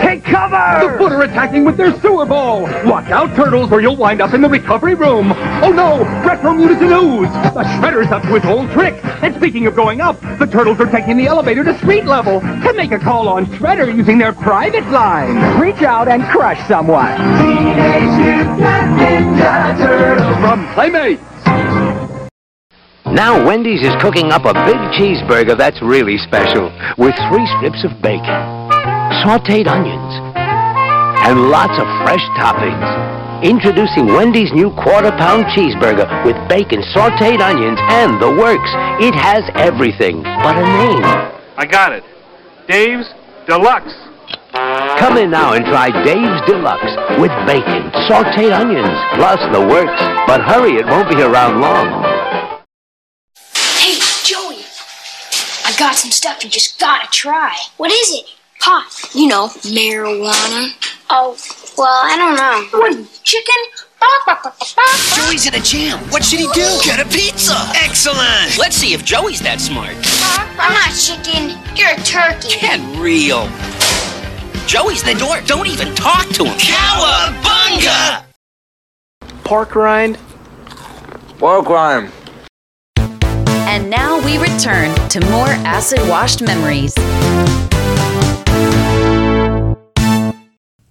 Take cover! The foot are attacking with their sewer ball! Watch out, turtles, or you'll wind up in the recovery room! Oh no! Retro mutant ooze! The shredder's up to his old trick! And speaking of going up, the turtles are taking the elevator to street level to make a call on Shredder using their private line! Reach out and crush someone! From Playmate! Now Wendy's is cooking up a big cheeseburger that's really special with three strips of bacon, sauteed onions, and lots of fresh toppings. Introducing Wendy's new quarter pound cheeseburger with bacon, sauteed onions, and the works. It has everything but a name. I got it. Dave's Deluxe. Come in now and try Dave's Deluxe with bacon, sauteed onions, plus the works. But hurry, it won't be around long. Hey, Joey. I got some stuff you just gotta try. What is it? Pot. You know, marijuana. Oh, well, I don't know. What, chicken? Joey's in a jam. What should he do? Get a pizza. Excellent. Let's see if Joey's that smart. I'm not Ah, chicken. You're a turkey. Get real. Joey's the dork. Don't even talk to him. Cowabunga! Pork rind. Pork rind. And now we return to more acid washed memories.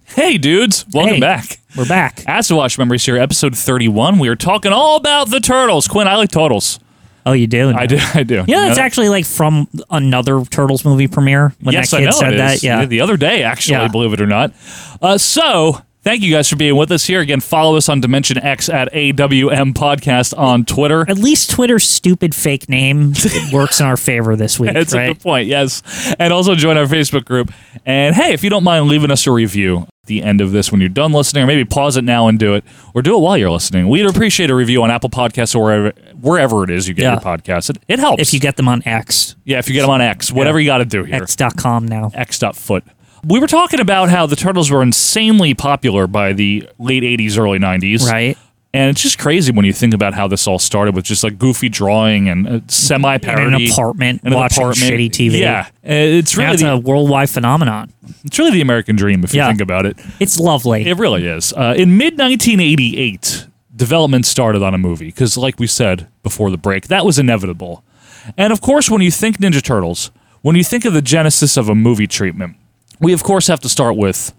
Hey, dudes, welcome back. We're back. Acid Wash Memories here, episode 31. We are talking all about the turtles. Quinn, I like turtles. Oh, you do? I do. I do. Yeah, You it's know? actually like from another Turtles movie premiere when yes, that kid I know said it that. is. Yeah. the other day, actually, Yeah. believe it or not. Uh, so, thank you guys for being with us here again. Follow us on Dimension X at AWM Podcast on Twitter. At least Twitter's stupid fake name works in our favor this week, That's a right? good point. Yes, and also join our Facebook group. And hey, if you don't mind leaving us a review at the end of this when you're done listening, or maybe pause it now and do it, or do it while you're listening. We'd appreciate a review on Apple Podcasts or wherever, wherever it is you get Yeah. your podcasts. It, it helps If you get them on X, yeah, if you get them on X, whatever you got to do here. X.com now. X.foot. We were talking about how the Turtles were insanely popular by the late 80s, early 90s. Right. And it's just crazy when you think about how this all started with just like goofy drawing and uh, semi parody. apartment, watching shitty TV. Yeah. Uh, It's really That's the, a worldwide phenomenon. it's really the American dream if you think about it. It's lovely. It really is. Uh, in mid 1988, development started on a movie because, like we said before the break, that was inevitable. And of course, when you think Ninja Turtles, when you think of the genesis of a movie treatment, we of course have to start with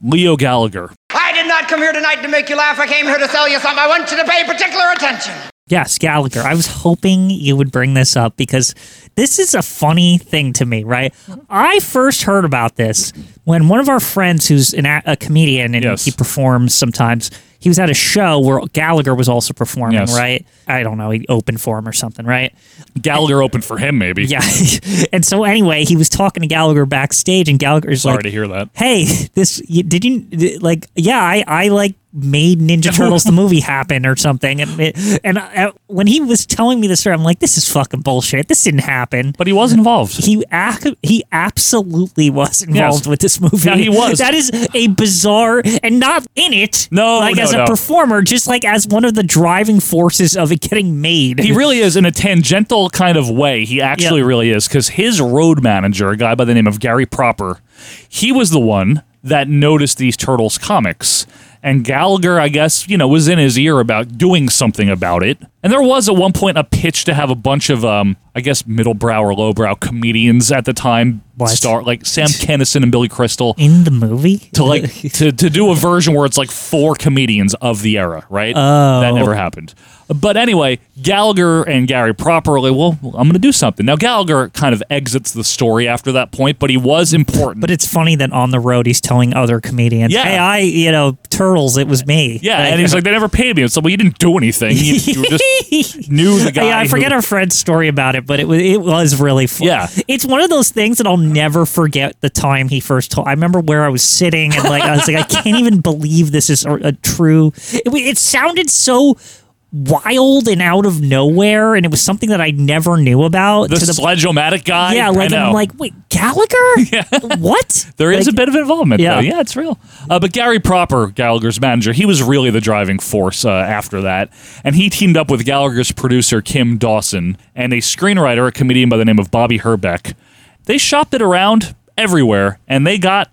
Leo Gallagher. I did not come here tonight to make you laugh. I came here to sell you something. I want you to pay particular attention. Yes, Gallagher. I was hoping you would bring this up because this is a funny thing to me, right? I first heard about this when one of our friends, who's an, a a comedian and he performs sometimes, he was at a show where Gallagher was also performing, Yes. right? I don't know. He opened for him or something, right? Gallagher opened for him, maybe. Yeah. and so, anyway, he was talking to Gallagher backstage, and Gallagher's Sorry like, to hear that. hey this you, did you th- like yeah i i like made ninja turtles the movie happen or something and it, and I, when he was telling me this story i'm like this is fucking bullshit this didn't happen but he was involved he ac- he absolutely was Yes. involved with this movie Yeah, he was. that is a bizarre and not in it No, like no, as a no. performer just like as one of the driving forces of it getting made He really is in a tangential kind of way. He actually Yeah. really is because his road manager, a guy by the name of Gary Proper, he was the one that noticed these Turtles comics. And Gallagher, I guess, you know, was in his ear about doing something about it. And there was at one point a pitch to have a bunch of, um, I guess, middle brow or low brow comedians at the time What? start, like Sam Kennison and Billy Crystal, in the movie to like to, to do a version where it's like four comedians of the era, right? Oh. That never happened. But anyway, Gallagher and Gary properly, well, I'm going to do something. Now Gallagher kind of exits the story after that point, but he was important. But it's funny that on the road he's telling other comedians, Yeah. "Hey, I, you know, turtles. It was me." yeah, and he's like, they never paid me. It's like, well, you didn't do anything. You, you just knew the guy. Yeah, I who- forget our friend's story about it, but it was it was really fun. Yeah. it's one of those things that I'll never forget. The time he first told, I remember where I was sitting, and like I was like, I can't even believe this is a, a true. It, wa- it sounded so wild and out of nowhere, and it was something that I never knew about. the to the Sledge-O-Matic guy. yeah, like I know. I'm like, wait, Gallagher? What? There is a bit of involvement, Yeah. though. Yeah, it's real. Uh, but Gary Proper, Gallagher's manager, he was really the driving force uh, after that. And he teamed up with Gallagher's producer, Kim Dawson, and a screenwriter, a comedian by the name of Bobby Herbeck. They shopped it around everywhere, and they got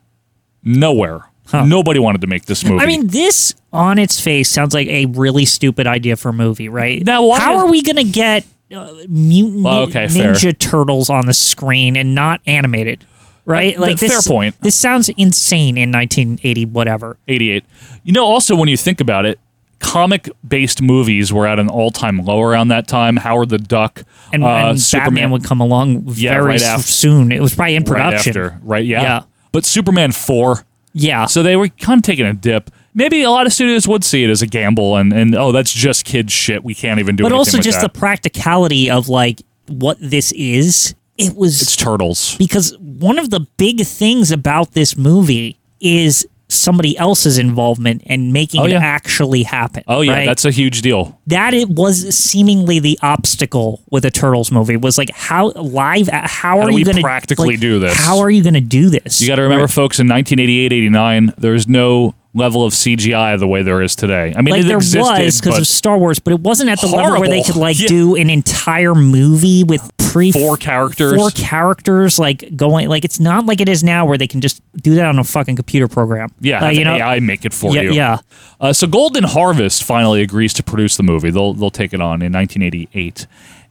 nowhere. Nobody wanted to make this movie. I mean, this on its face sounds like a really stupid idea for a movie, right? Now, why how did- are we gonna get uh, mutant Oh, okay, fair. Ninja Turtles on the screen and not animated? Right, Uh, th- fair point. This sounds insane in 1980, whatever. 88. You know, also, when you think about it, comic based movies were at an all time low around that time. Howard the Duck And, uh, and Batman would come along very Yeah, right s- after- soon. It was probably in production. Right after, right? Yeah. Yeah. But Superman 4. Yeah. So they were kind of taking a dip. Maybe a lot of studios would see it as a gamble and, and oh, that's just kid shit. We can't even do but anything also with just that. the practicality of like what this is. It was It's turtles. because one of the big things about this movie is somebody else's involvement and making Oh, it yeah. actually happen. Oh, yeah. right? That's a huge deal. that it was seemingly the obstacle with a turtles movie was like how live uh, how are do you we going to practically do this? How are you going to do this? You got to remember, folks, in 1988, 89, there's no level of CGI the way there is today. I mean, like it there existed, was because but of Star Wars, but it wasn't at the level where they Horrible. could like Yeah. do an entire movie with pre four characters. four characters like going like it's not like it is now where they can just do that on a fucking computer program. Yeah, Like, have AI make it for Yeah, you. yeah. Uh, so Golden Harvest finally agrees to produce the movie. They'll they'll take it on in 1988,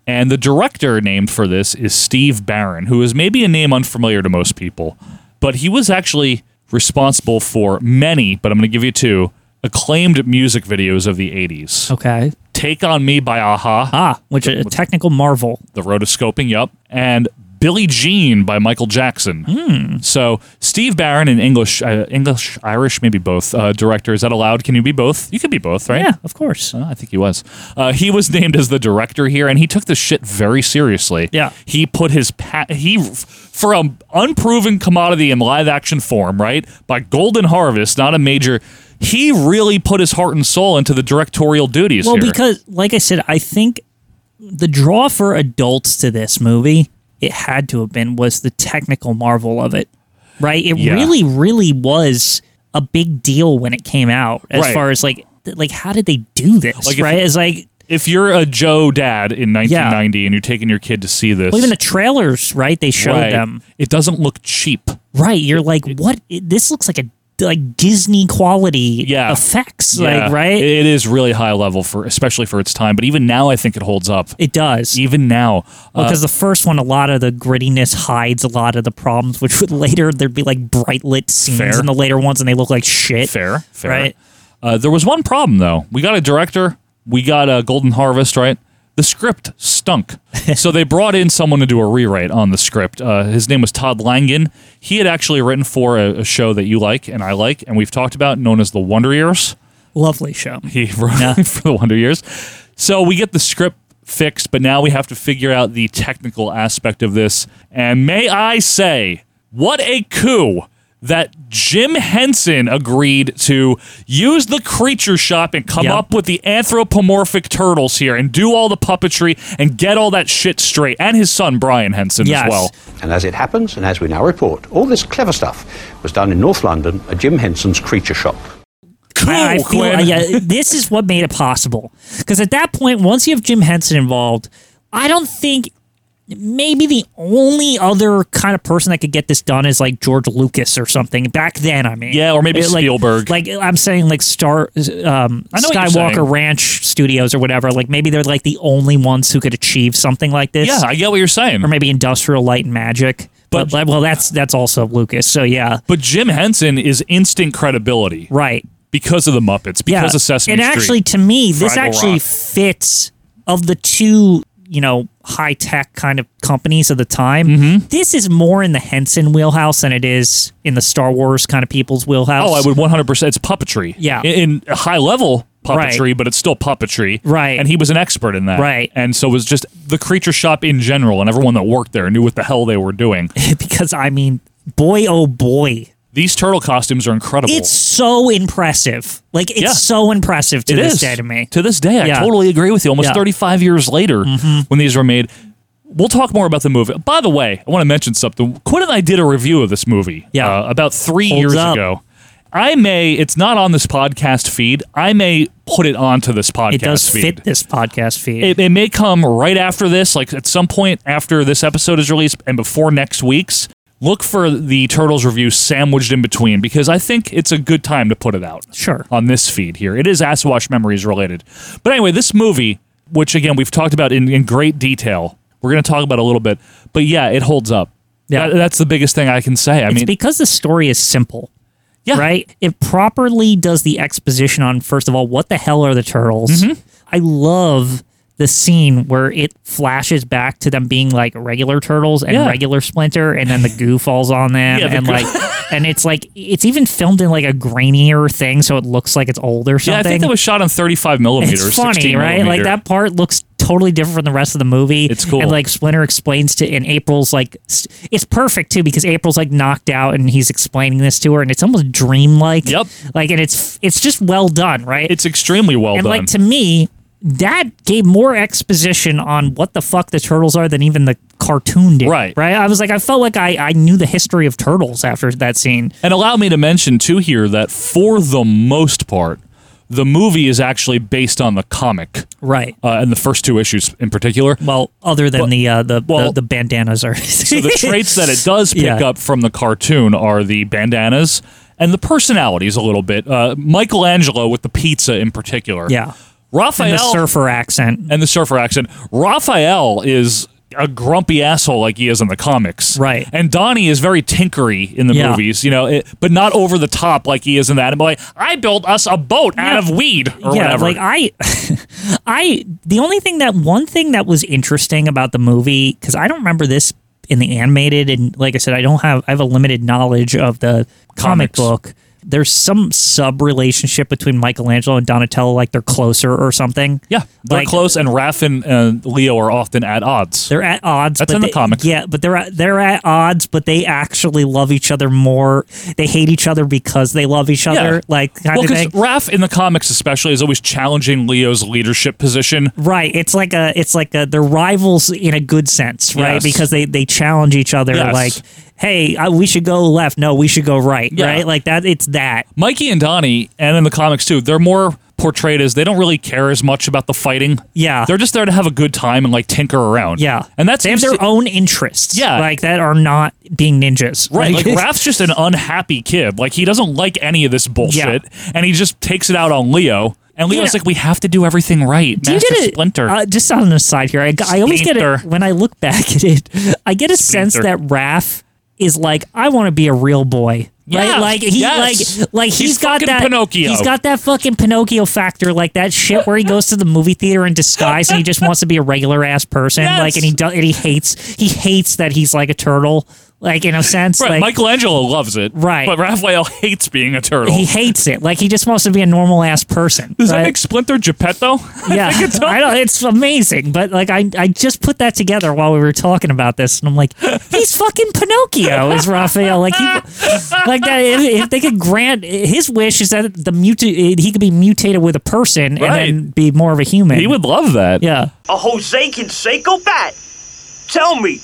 and the director named for this is Steve Barron, who is maybe a name unfamiliar to most people, but he was actually responsible for many. But I'm going to give you two acclaimed music videos of the 80s. Okay. Take on Me by Aha. Oh. Ah, which is a technical marvel. The rotoscoping, yep. And Billie Jean by Michael Jackson. Hmm. So Steve Barron and English, uh, English, Irish, maybe both uh, director. Is that allowed? Can you be both? You could be both, right? Ah, Yeah, of course. I think he was. Uh, he was named as the director here, and he took this shit very seriously. Yeah. He put his pat he for an unproven commodity in live action form, right? By Golden Harvest, not a major. He really put his heart and soul into the directorial duties. well, here. because like I said, I think the draw for adults to this movie, it had to have been was the technical marvel of it. Right? It Yeah. really really was a big deal when it came out as Right. far as like th- like how did they do this, Like, if- right? it's like if you're a Joe dad in 1990 and you're taking your kid to see this, well, even the trailers, right? They showed Right. them. It doesn't look cheap. Right. You're like, what? This looks like a like Disney quality yeah. effects, Yeah. like right? It is really high level for, especially for its time. But even now, I think it holds up. It does. Even now, uh, because the first one, a lot of the grittiness hides a lot of the problems, which would later there'd be like bright lit scenes Fair. in the later ones, and they look like shit. Fair, fair. Right? Uh, there was one problem though. We got a director. We got a Golden Harvest. Right. The script stunk, so they brought in someone to do a rewrite on the script. Uh, his name was Todd Langen. He had actually written for a, a show that you like and I like, and we've talked about, known as The Wonder Years. Lovely show. He wrote for the Wonder Years. So we get the script fixed, but now we have to figure out the technical aspect of this. And may I say, what a coup that Jim Henson agreed to use the creature shop and come Yeah. up with the anthropomorphic turtles here and do all the puppetry and get all that shit straight. And his son, Brian Henson, as well. And as it happens, and as we now report, all this clever stuff was done in North London at Jim Henson's Creature Shop. I, I feel Quinn. yeah, this is what made it possible. Because at that point, once you have Jim Henson involved, I don't think maybe the only other kind of person that could get this done is like George Lucas or something. Back then, I mean, Yeah, or maybe It, like- Spielberg. Like I'm saying, like Star um, I know what you're Skywalker saying. Ranch Studios or whatever. Like maybe they're like the only ones who could achieve something like this. Yeah, I get what you're saying. Or maybe Industrial Light and Magic. But, but well, that's that's also Lucas. So yeah, But Jim Henson is instant credibility. Right. Because of the Muppets, because of Sesame and Street. actually, to me, this Fraggle actually Rock. fits of the two, you know, high tech kind of companies of the time. Mm-hmm. This is more in the Henson wheelhouse than it is in the Star Wars kind of people's wheelhouse. Oh, I would 100%. It's puppetry. Yeah. In, in high level puppetry, Right. but it's still puppetry. Right. And he was an expert in that. Right. And so it was just the creature shop in general, and everyone that worked there knew what the hell they were doing. because I mean, boy, oh boy, These turtle costumes are incredible. it's so impressive. Like it's Yeah. so impressive to It this is. day to me. To this day, I Yeah. totally agree with you. Almost Yeah. Mm-hmm. 35 years later, when these were made, we'll talk more about the movie. By the way, I want to mention something. Quinn and I did a review of this movie yeah. about three Holds years up. ago. I may, it's not on this podcast feed. I may put it onto this podcast It does feed. fit this podcast feed. It, it may come right after this, like at some point after this episode is released and before next week's. Look for the Turtles review sandwiched in between because I think it's a good time to put it out. Sure. On this feed here. It is Aswash Memories related. But anyway, this movie, which again we've talked about in, in great detail, we're going to talk about a little bit. But yeah, it holds up. Yeah. that's the biggest thing I can say. I it's mean, because the story is simple. Yeah. Right? It properly does the exposition on, first of all, what the hell are the turtles? Mm-hmm. I love the scene where it flashes back to them being like regular turtles and Yeah. regular splinter and then the goo falls on them Yeah, the and goo- like and it's like it's even filmed in like a grainier thing so it looks like it's old or something. yeah, I think that was shot on 35 And millimeters. It's funny, 16 right? Like millimeter. that part looks totally different from the rest of the movie. It's cool. And like Splinter explains to, and April's like, s- it's perfect too because April's like knocked out and he's explaining this to her, and it's almost dreamlike. Yep. Like, and it's it's just well done, right? It's extremely well and done. like to me, that gave more exposition on what the fuck the turtles are than even the cartoon did. Right. Right. I was like, I felt like I I knew the history of turtles after that scene. And allow me to mention too here that for the most part, the movie is actually based on the comic, Right. uh, and the first two issues in particular. Well, Other than the uh, the, the the bandanas are so the traits that it does pick Yeah. up from the cartoon are the bandanas and the personalities a little bit. Uh, Michelangelo with the pizza in particular. Yeah. Raphael and the surfer accent. and the surfer accent. Raphael is a grumpy asshole like he is in the comics. Right. And Donnie is very tinkery in the Yeah. movies, you know, it, but not over the top like he is in that. And be like, I built us a boat out of weed or yeah, whatever. like I, I the only thing that one thing that was interesting about the movie because I don't remember this in the animated and like I said I don't have I have a limited knowledge of the comic Comics. book. There's some sub relationship between Michelangelo and Donatello, like they're closer or something. yeah, they're like- close, and Raph and uh, Leo are often at odds. They're at odds. That's but in the they- comics. Yeah, but they're at, they're at odds, but they actually love each other more. They hate each other because they love each other. Like kind well, of thing. Raph in the comics especially is always challenging Leo's leadership position. Right. It's like a it's like a they're rivals in a good sense, right? Yes. Because they they challenge each other Yes. like, "Hey, I, we should go left. No, we should go right." Yeah. Right? Like that it's that. Mikey and Donnie, and in the comics too, they're more portrayed as they don't really care as much about the fighting. Yeah. They're just there to have a good time and like tinker around. Yeah. And that's they have used their to- own interests. Yeah. Like that are not being ninjas. Right, like, Raph's just an unhappy kid. Like he doesn't like any of this bullshit, and he just takes it out on Leo. And Leo's Yeah. like, "We have to do everything right." Do you Master get it? Splinter. Uh, just on an aside here, I, I always get Splinter. it when I look back at it. I get a sense Splinter. that Raph is like, I want to be a real boy. Yeah, right, like he, yes. like, like He's he's got fucking that. Pinocchio. He's got that fucking Pinocchio factor, like that shit where he goes to the movie theater in disguise and he just wants to be a regular ass person, like, and he do, and he hates, he hates that he's like a turtle, like in a sense, right, like Michelangelo loves it, Right. But Raphael hates being a turtle. he hates it, like he just wants to be a normal ass person. Does that right? make Splinter Geppetto? yeah, I, know it's amazing, but like I, I just put that together while we were talking about this, and I'm like, he's fucking Pinocchio, is Raphael? Like he, like that. If, if they could grant his wish is that the muta- he could be mutated with a person Right. and then be more of a human. He would love that. Yeah, A Jose Canseco bat? Tell me,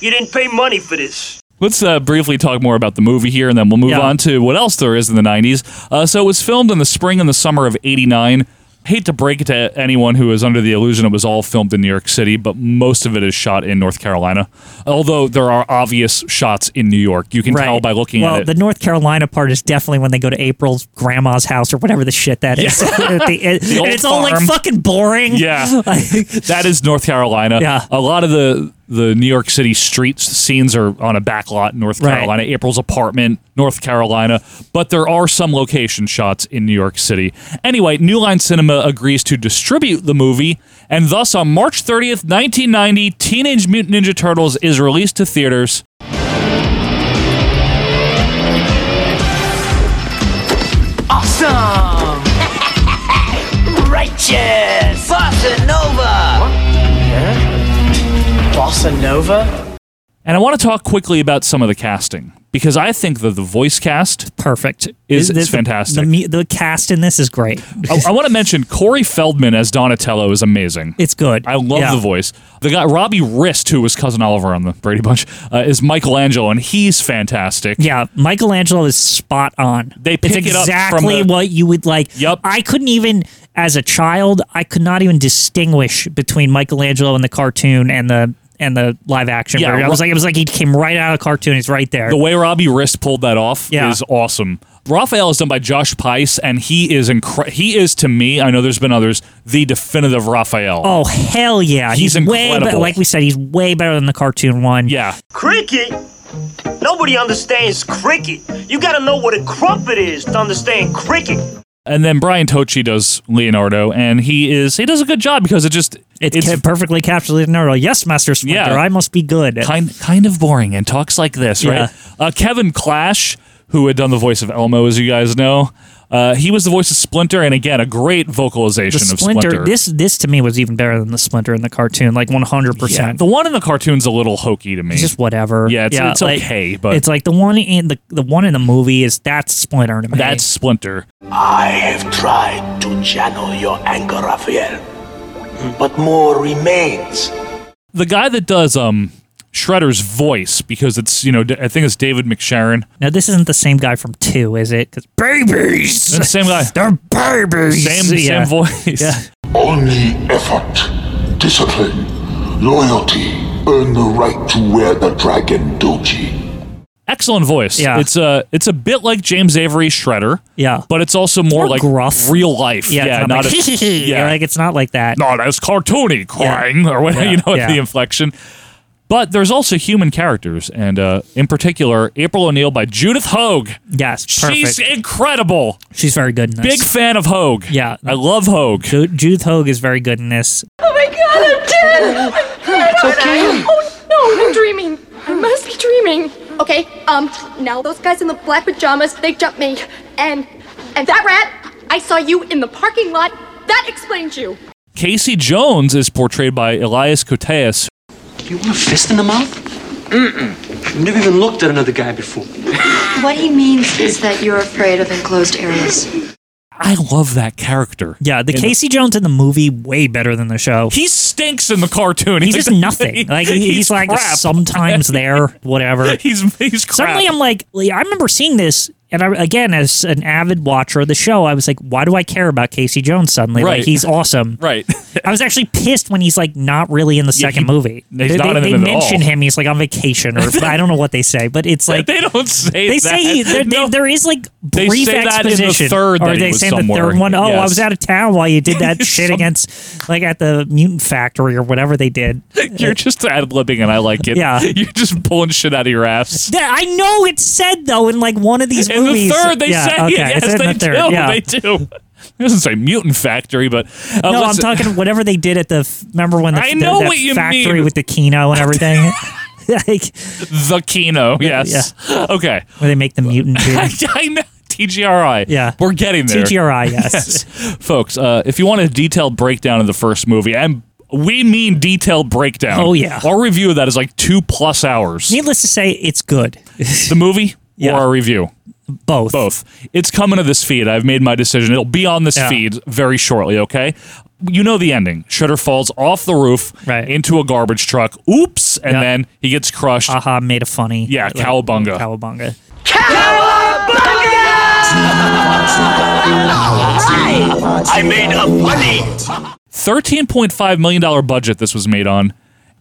you didn't pay money for this. Let's uh, briefly talk more about the movie here, and then we'll move on to what else there is in the 90s. Uh, so it was filmed in the spring and the summer of 89. Hate to break it to anyone who is under the illusion it was all filmed in New York City, but most of it is shot in North Carolina. Although there are obvious shots in New York. You can tell by looking well, at it. the North Carolina part is definitely when they go to April's grandma's house or whatever the shit that is. At the end- The old and it's all like farm. fucking boring. Yeah, that is North Carolina. Yeah. a lot of the the New York City streets scenes are on a back lot in North Right. Carolina. April's apartment, North Carolina, but there are some location shots in New York City. Anyway, New Line Cinema agrees to distribute the movie, and thus on March 30th, 1990, Teenage Mutant Ninja Turtles is released to theaters. Awesome! Righteous! Bossa Nova! Bossa Nova. And I want to talk quickly about some of the casting because I think that the voice cast perfect is, The- the- is fantastic. The, mu- the cast in this is great. I, I want to mention Corey Feldman as Donatello is amazing. It's good. I love Yeah. the voice. The guy Robbie Rist, who was cousin Oliver on the Brady Bunch, uh, is Michelangelo, and he's fantastic. Yeah, Michelangelo is spot on. They it's pick it up from exactly the- what you would like. Yep. I couldn't even, as a child, I could not even distinguish between Michelangelo in the cartoon and the and the live action. Yeah, version. I was Ro- like, it was like he came right out of the cartoon. He's right there. The way Robbie Rist pulled that off Yeah. is awesome. Raphael is done by Josh Pice, and he is incre- He is to me. I know there's been others. The definitive Raphael. oh hell yeah, He's way better. incredible. Like we said, he's way better than the cartoon one. Yeah, Cricket? Nobody understands cricket. You gotta know what a crumpet is to understand cricket. And then Brian Tochi does Leonardo, and he is he does a good job because it just it perfectly captures Leonardo. Yes, Master Splinter, Yeah. I must be good. kind kind of boring and talks like this, Yeah. right? Uh, Kevin Clash, who had done the voice of Elmo, as you guys know, uh, he was the voice of Splinter, and again, a great the vocalization of Splinter, Splinter. This this to me was even better than the Splinter in the cartoon. Like one hundred yeah, percent. the one in the cartoon's a little hokey to me. It's just whatever. Yeah, it's, it's like, okay, but it's like the one in the the one in the movie is that's Splinter to me. that's Splinter. I have tried to channel your anger, Raphael, but more remains. The guy that does um Shredder's voice, because it's you know I think it's David McSharon. now this isn't the same guy from two, is it? 'Cause babies, It's the same guy. they're babies. Same Yeah. same voice. Yeah. Only effort, discipline, loyalty earn the right to wear the dragon doji. Excellent voice. Yeah. It's a it's a bit like James Avery Shredder. Yeah. But it's also more, More like gruff. real life. Yeah, it's not, not like, as- yeah, like it's not like that. not as cartoony crying or whatever, Yeah, you know, yeah. the inflection. But there's also human characters, and uh, in particular, April O'Neil by Judith Hogue. Yes, she's perfect. incredible. She's very good in this. Big fan of Hogue. Yeah, I love Hogue. Judith Hogue is very good in this. Oh my god, I'm dead! I'm dead, It's aren't okay. I? Oh no, I'm dreaming. I must be dreaming. Okay, um, now those guys in the black pajamas, they jumped me. And and that rat, I saw you in the parking lot. That explains you. Casey Jones is portrayed by Elias Koteas. You want a fist in the mouth? Mm-mm. I've never even looked at another guy before. What he means is that you're afraid of enclosed areas. I love that character. Yeah, the Casey Jones in the movie way better than the show. He stinks in the cartoon. He's He's- just nothing. Like he- he's, he's like crap. sometimes there, whatever. He's he's crap. Suddenly I'm like, like, I remember seeing this, and I, again as an avid watcher of the show, I was like, why do I care about Casey Jones suddenly? Right. Like he's awesome. Right. I was actually pissed when he's like not really in the Yeah, second he- movie. he's they not they, in they it at mention all. him. He's like on vacation or I don't know what they say, but it's like they don't say they that. say he, there, No. there is like They brief say that in the exposition. third or that he they was say in the somewhere. third one, oh, I Yes. was out of town while you did that shit against like at the mutant factory or whatever they did. You're just ad libbing, and I like it. Yeah. You're just pulling shit out of your ass. That- I know it's said though in like one of these In the movies. third, they Yeah, say okay, it. Yes, it's in the they third, do. yeah. They do. It doesn't say mutant factory, but uh, no, I'm listen- talking whatever they did at the. f- Remember when the, I the- know that what you factory mean. with the Kino and everything, like the Kino. Yes. Okay. where they make the mutant. I, dude. know. TGRI. Yeah. We're getting there. TGRI, yes. Folks, uh, if you want a detailed breakdown of the first movie, and we mean detailed breakdown. Oh, yeah. Our review of that is like two plus hours. Needless to say, it's good. the movie Yeah. or our review? Both. Both. It's coming to this feed. I've made my decision. It'll be on this Yeah. feed very shortly, okay? You know the ending. Shutter falls off the roof into a garbage truck. Oops. And Yeah. Ah. then he gets crushed. Aha, made a funny. Yeah, cowabunga. Cowabunga. I made a money. $13.5 million budget this was made on,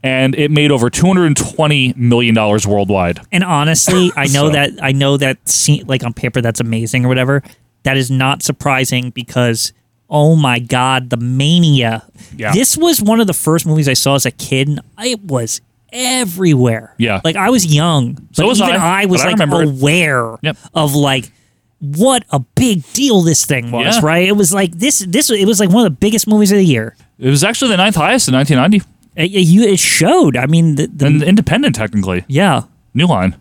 and it made over $220 million worldwide. And honestly, I know So. that I know that scene, like on paper that's amazing or whatever. That is not surprising because oh my god, the mania. Yeah. This was one of the first movies I saw as a kid. And it was everywhere. Yeah. Like I was young, but So was even I, I, was but I like remember it. aware of like what a big deal this thing was, Yeah. right? It was like this this it was like one of the biggest movies of the year. It was actually the ninth highest in 1990. It, it- you- it showed. I mean, the, the- and independent, technically. Yeah. New line.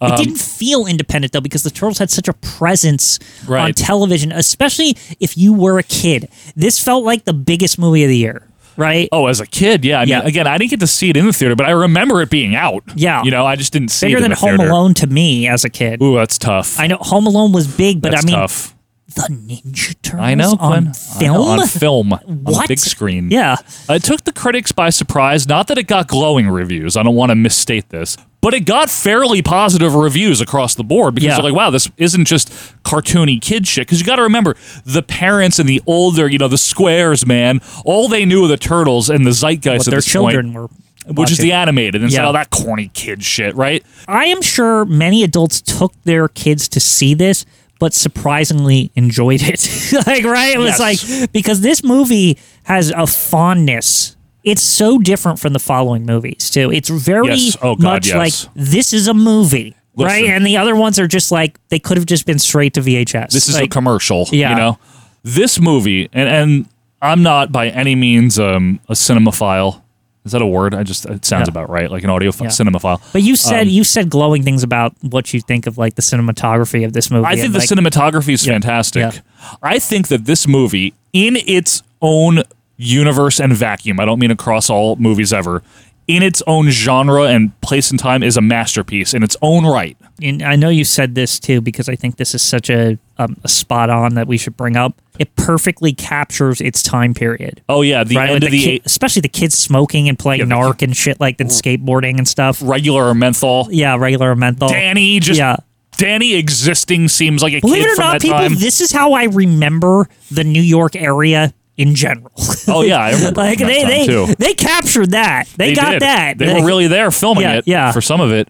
it Um, didn't feel independent though because the turtles had such a presence on Right. television especially if you were a kid this felt like the biggest movie of the year right Oh, as a kid, yeah. I mean, again, I didn't get to see it in the theater, but I remember it being out. Yeah. you know, I just didn't see bigger it in than the home theater. alone to me as a kid Ooh, that's tough. i know home alone was big but that's i mean tough. the ninja turtles I know, on Quinn. I know, film on film, on the What? big screen. Yeah. it took the critics by surprise. Not that it got glowing reviews. I don't want to misstate this, but it got fairly positive reviews across the board because Yeah. they're like, "Wow, this isn't just cartoony kid shit." Because you got to remember, the parents and the older, you know, the squares, man, all they knew of the turtles and the zeitgeist what at their this children point, were which is watching. the animated, and it's Yeah. like, "Oh, that corny kid shit," right? I am sure many adults took their kids to see this, but surprisingly enjoyed it. like, right? It was Yes. like because this movie has a fondness. It's so different from the following movies too. It's very Yes. Oh, God, much yes. like this is a movie, right? Listen. And the other ones are just like they could have just been straight to VHS. This is like, a commercial. Yeah. You know, this movie, and and I'm not by any means um, a cinemaphile. Is that a word? I just it sounds Yeah. about right, like an audio Yeah. cinemaphile. But you said Um, you said glowing things about what you think of like the cinematography of this movie. I think and, the like, cinematography is fantastic. I think that this movie, in its own universe and vacuum, I don't mean across all movies ever, in its own genre and place and time, is a masterpiece in its own right. and I know you said this too because I think this is such a, um, a spot on that we should bring up. It perfectly captures its time period. Oh yeah, the right, end with of the, ki- especially the kids smoking and playing narc and shit like that, Mm. skateboarding and stuff. regular or menthol. Yeah, regular menthol. Danny just yeah. Danny existing seems like a Believe kid it or from not, that people, time. this is how I remember the New York area in general. Oh yeah, I remember like from that they time, they too. they captured that. They, got did. that. They, were really there filming Yeah, it yeah. for some of it.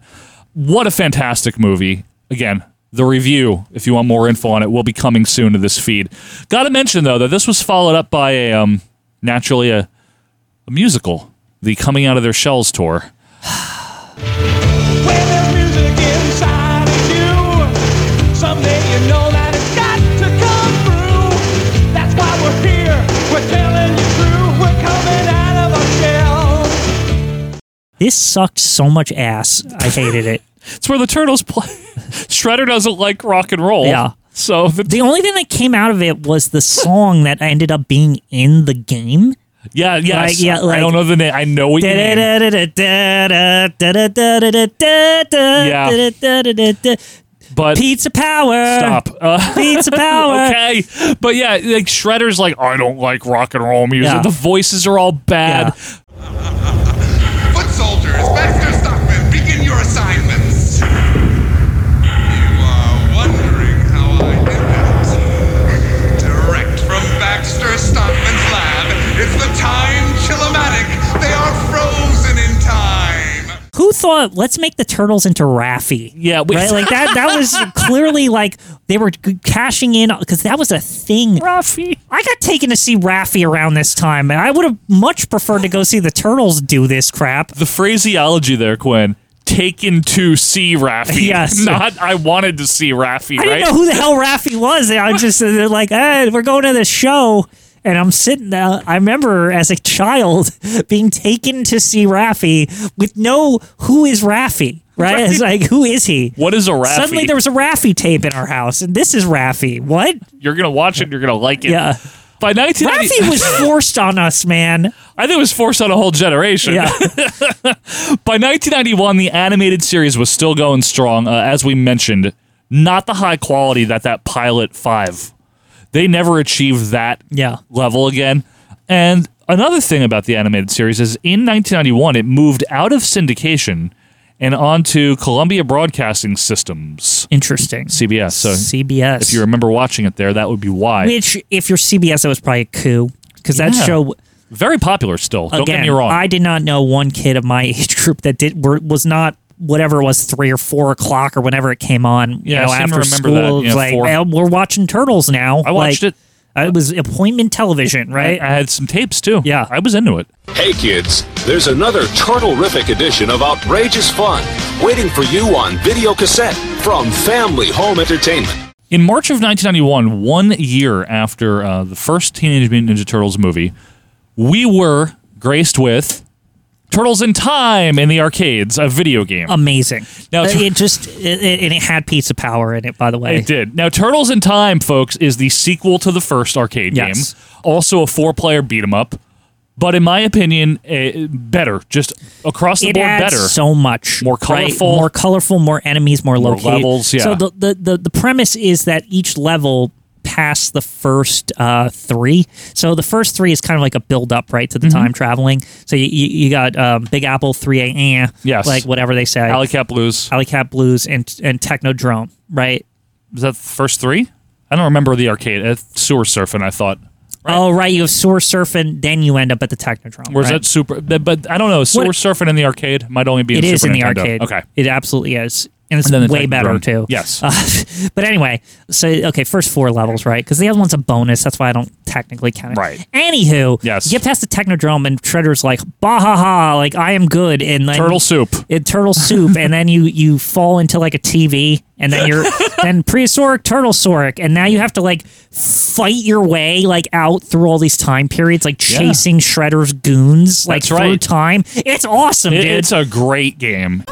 What a fantastic movie. Again, the review, if you want more info on it, will be coming soon to this feed. Got to mention, though, that this was followed up by a, um, naturally, a, a musical, the Coming Out of Their Shells tour. Someday you know that it's got to come through. That's why we're here. We're telling you true. We're coming out of our shell. This sucked so much ass. I hated it. it's where the turtles play. Shredder doesn't like rock and roll. Yeah. So the, only thing that came out of it was the song that ended up being in the game. Yeah, yes. Like, yeah, I like- don't know the name. I know what you mean. But pizza power. Stop. Uh, Pizza power. okay. But yeah, like Shredder's like, I don't like rock and roll music. Yeah. The voices are all bad. Foot soldiers, Master Stockman, begin your assignments. You are wondering how I did that. Direct from Baxter Stockman's lab, it's the time chillamatic. They are frozen in time. Who thought let's make the turtles into Raffi? Yeah, we- right. Like that. That was clearly like they were g- cashing in because that was a thing. Raffi. I got taken to see Raffi around this time, and I would have much preferred to go see the turtles do this crap. The phraseology there, Quinn. Taken to see Raffi. Yes. Not I wanted to see Raffi, I right? didn't know who the hell Raffi was. I was just they're like, hey, we're going to this show. And I'm sitting there. I remember as a child being taken to see Raffi with no, who is Raffi? Right? It's like, who is he? What is a Raffi? Suddenly there was a Raffi tape in our house, and this is Raffi. What? You're gonna watch it. You're gonna like it. Yeah. By 1990, Raffi was forced on us, man. I think it was forced on a whole generation. Yeah. By 1991, the animated series was still going strong. Uh, as we mentioned, not the high quality that that Pilot Five. They never achieved that Yeah. level again. And another thing about the animated series is in 1991, it moved out of syndication and onto Columbia Broadcasting Systems. Interesting. CBS. So CBS. If you remember watching it there, that would be why. Which, if you're CBS, that was probably a coup because that Yeah. show very popular still. Don't Again, get me wrong. I did not know one kid of my age group that did were, was not whatever it was three or four o'clock or whenever it came on. Yeah, I you know, seem to after remember school, that, it was yeah, like four. "Well, we're watching Turtles now. I watched it. Like, uh, It was appointment television, right? I had some tapes too. Yeah, I was into it. Hey kids, there's another turtle-rific edition of Outrageous Fun waiting for you on video cassette from Family Home Entertainment. In March of 1991, one year after uh, the first Teenage Mutant Ninja Turtles movie, we were graced with Turtles in Time in the arcades, a video game. Amazing. Now, Uh, tur- it just it, it, and it had pizza power in it, by the way. It did. Now, Turtles in Time, folks, is the sequel to the first arcade Yes. game. Also, a four-player beat 'em up, but in my opinion, eh, better. Just across the it board, adds better. so much. More colorful. more colorful, more enemies, more, More locate- levels, yeah. So the, the the the premise is that each level past the first uh, three. So the first three is kind of like a build up, right, to the Mhm. time traveling. So you you, you got um, Big Apple, three A, eh, Yes. like whatever they say, Alley Cat Blues. Alley Cat Blues, and and Technodrome, right? Was that the first three? I don't remember the arcade. Uh, sewer surfing, I thought. Oh, right. You have Source Surfing, then you end up at the Technodrome. Where's right? that super? But, but I don't know. Sewer What- surfing in the arcade might only be. It in is Super in the Nintendo. arcade. Okay. It absolutely is. And it's And then the way Technodrome. better too. Yes. Uh, but anyway, so okay, first four levels, right? Because the other one's a bonus. That's why I don't technically count it. Right. Anywho, yes. you get past the Technodrome and Shredder's like, bah ha ha, like I am good, and then Turtle soup. It, turtle soup, and then you you fall into like a TV, and then you're then prehistoric turtle soric, and now you have to like fight your way like out through all these time periods, like Yeah. chasing Shredder's goons, like That's through right. time. It's awesome, It- dude. it's a great game.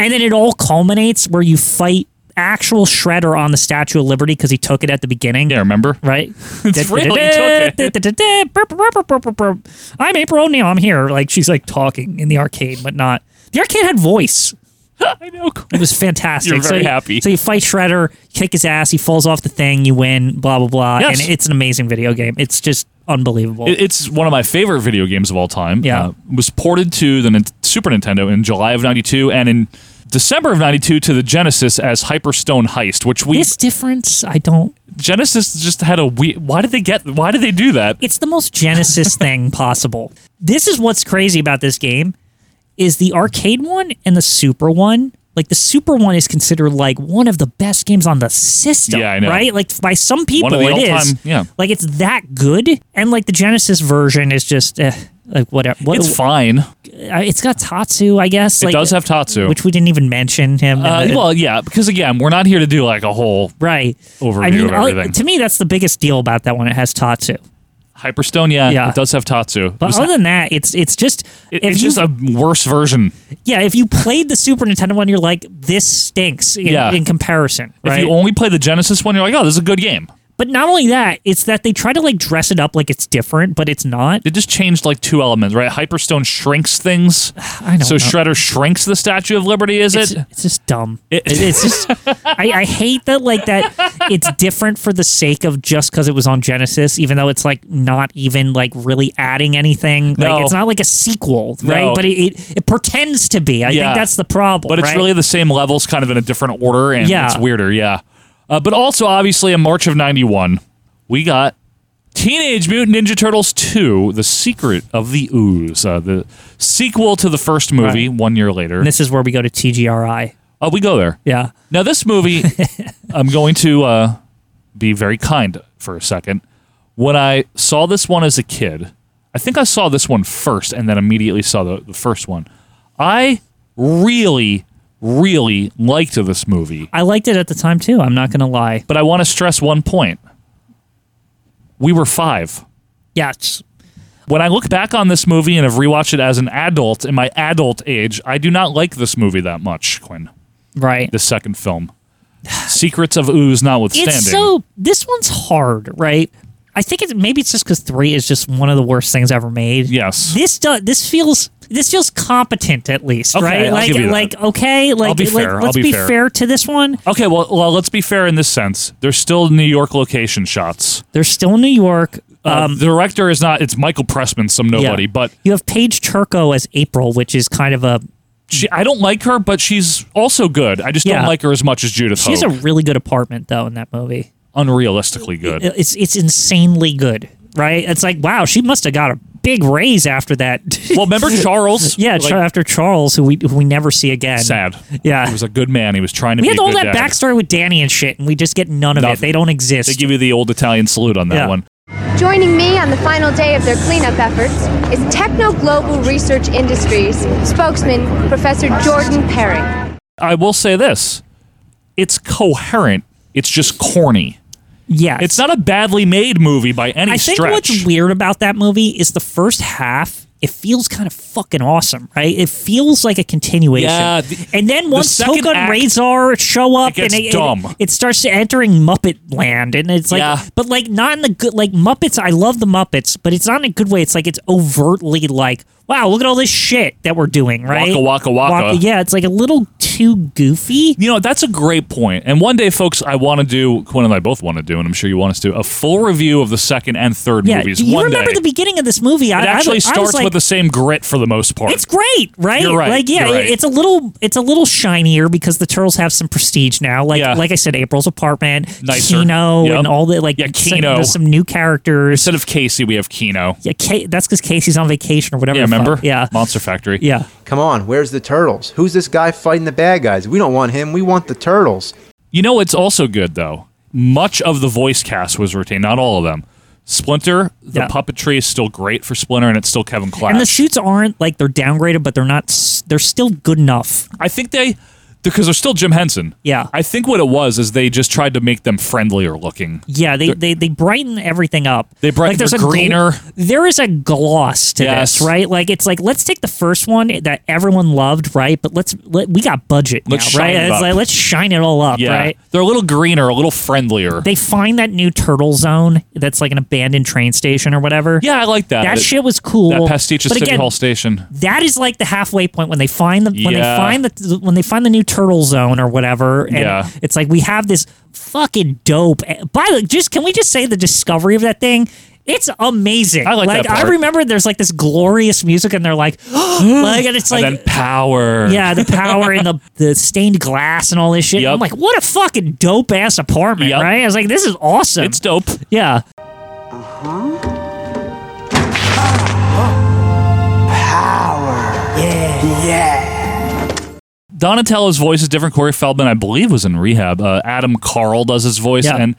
And then it all culminates where you fight actual Shredder on the Statue of Liberty because he took it at the beginning. Yeah, remember? Right? It's real, he took I'm April O'Neil. I'm here. Like, she's like talking in the arcade, but not. The arcade had voice. I know. It was fantastic. You're So very you- happy. So you fight Shredder, kick his ass, he falls off the thing, you win, blah, blah, blah. Yes. And it's an amazing video game. It's just unbelievable. It- It's one of my favorite video games of all time. Yeah. it was ported to the Nin- Super Nintendo in July of '92 and in December of '92 to the Genesis as Hyperstone Heist, which we this difference, I don't. Genesis just had a we. Why did they get? Why did they do that? It's the most Genesis thing possible. This is what's crazy about this game is the arcade one and the super one. Like the super one is considered like one of the best games on the system, Yeah, I know. right? Like by some people, One of the it is. all-time- yeah. Like it's that good, and like the Genesis version is just eh, Like whatever. What, It's fine. It's got Tatsu, I guess. It like- does have Tatsu. which we didn't even mention him. in Uh, the- well, yeah, because again, we're not here to do like a whole right overview I mean, of all- everything. to me, that's the biggest deal about that one. It has Tatsu. Hyperstone, yeah, Yeah. it does have Tatsu. It But was- other than that, it's it's just it- if it's you- just a worse version. yeah. If you played the Super Nintendo one, you're like, this stinks. In, Yeah. in comparison, right? If you only play the Genesis one, you're like, oh, this is a good game. but not only that, it's that they try to like dress it up like it's different, but it's not. It just changed like two elements, right? Hyperstone shrinks things. I don't So know. Shredder shrinks the Statue of Liberty, is it's, it? It's just dumb. it's just I, I hate that like that. It's different for the sake of just because it was on Genesis, even though it's like not even like really adding anything. No. Like it's not like a sequel, right? No. But it, it it pretends to be. I Yeah. think that's the problem. But it's right? really the same levels, kind of in a different order, and Yeah. it's weirder, yeah. Uh, but also, obviously, in March of 91, we got Teenage Mutant Ninja Turtles 2, The Secret of the Ooze, uh, the sequel to the first movie one year later. And this is where we go to TGRI. Oh, we go there. Yeah. Now, this movie, I'm going to uh, be very kind for a second. When I saw this one as a kid, I think I saw this one first and then immediately saw the, the first one. I really, really liked this movie. I liked it at the time too. I'm not gonna lie. But I want to stress one point. We were five. Yeah. it's- When I look back on this movie and have rewatched it as an adult in my adult age, I do not like this movie that much, Quinn. Right. The second film. Secrets of Ooze notwithstanding. It's so this one's hard, right? I think it's maybe it's just because three is just one of the worst things ever made. Yes. This does this feels this feels competent at least, Okay, right? I'll like give you that. like okay, like, I'll be like, fair. I'll let's be be fair. fair. to this one. Okay, well, well, let's be fair in this sense. There's still New York location shots. They're still in New York. Uh, Um, the director is not. It's Michael Pressman, some nobody, yeah. but you have Paige Turco as April, which is kind of a she, I don't like her. But she's also good. I just don't Yeah. like her as much as Judith. she has a Hoag. really good apartment though in that movie. unrealistically good. It's it's insanely good, right? It's like wow, she must have got a big raise after that. well, remember Charles? yeah, Like, Char- after Charles, who we who we never see again. sad. Yeah. he was a good man. He was trying to. We be had a all good that dad. backstory with Danny and shit, and we just get none of it. Nothing. They don't exist. They give you the old Italian salute on that Yeah. one. Joining me on the final day of their cleanup efforts is Techno Global Research Industries spokesman Professor Jordan Perry. I will say this: it's coherent. It's just corny. Yes. It's not a badly made movie by any I think stretch. what's weird about that movie is the first half. It feels kind of fucking awesome, right? It feels like a continuation. Yeah, the- and then the once second Toka and act- Razor show up, gets and it, dumb. It, it starts entering Muppet land, and it's like, Yeah. but like not in the good, like Muppets. I love the Muppets, but it's not in a good way. It's like it's overtly like, wow, look at all this shit that we're doing, right? Waka, waka, waka. yeah, it's like a little too goofy. You know, that's a great point. And one day, folks, I want to do, Quinn and I both want to do, and I'm sure you want us to, a full review of the second and third Yeah, movies. do you one remember day. the beginning of this movie? it actually was- starts was like, with the same grit for the most part. It's great, right? You're right, Like, yeah, you're it- right. it's a little, it's a little shinier because the turtles have some prestige now. Like, Yeah. like I said, April's apartment, Nicer. Kino, Yep. and all the like. Yeah, some- Kino. there's some new characters. Instead of Casey, we have Kino. Yeah, Ca that's because Casey's on vacation or whatever. Yeah, the fuck. remember? Yeah, Monster Factory. yeah. Come on, where's the turtles? Who's this guy fighting the bad guys? We don't want him. We want the turtles. You know, it's also good, though. Much of the voice cast was retained, not all of them. Splinter, the Yeah. puppetry is still great for Splinter, and it's still Kevin Clash. And the shoots aren't like they're downgraded, but they're not. s- They're still good enough. I think they, because they're still Jim Henson. Yeah. I think what it was is they just tried to make them friendlier looking. Yeah, they, they, they brighten everything up. They brighten- they're gl- greener. there is a gloss to Yes. this, right? Like it's like let's take the first one that everyone loved, right? But let's let, we got budget Let's now, shine right? it It's up. like, let's shine it all up, Yeah. right? They're a little greener, a little friendlier. They find that new turtle zone that's like an abandoned train station or whatever. Yeah, I like that. That It- shit was cool. That pastiche of But City again, Hall Station. That is like the halfway point when they find the when Yeah. they find the when they find the new turtle zone or whatever. And Yeah. it's like we have this fucking dope. eh, By the just can we just say the discovery of that thing? It's amazing. I like that part. I remember there's like this glorious music, and they're like, like, and it's like, and then power. yeah, the power and the the stained glass and all this shit. Yep. I'm like, what a fucking dope ass apartment, Yep. right? I was like, this is awesome. It's dope. yeah, Donatello's voice is different. Corey Feldman, I believe, was in rehab. Uh, Adam Carl does his voice, Yeah. and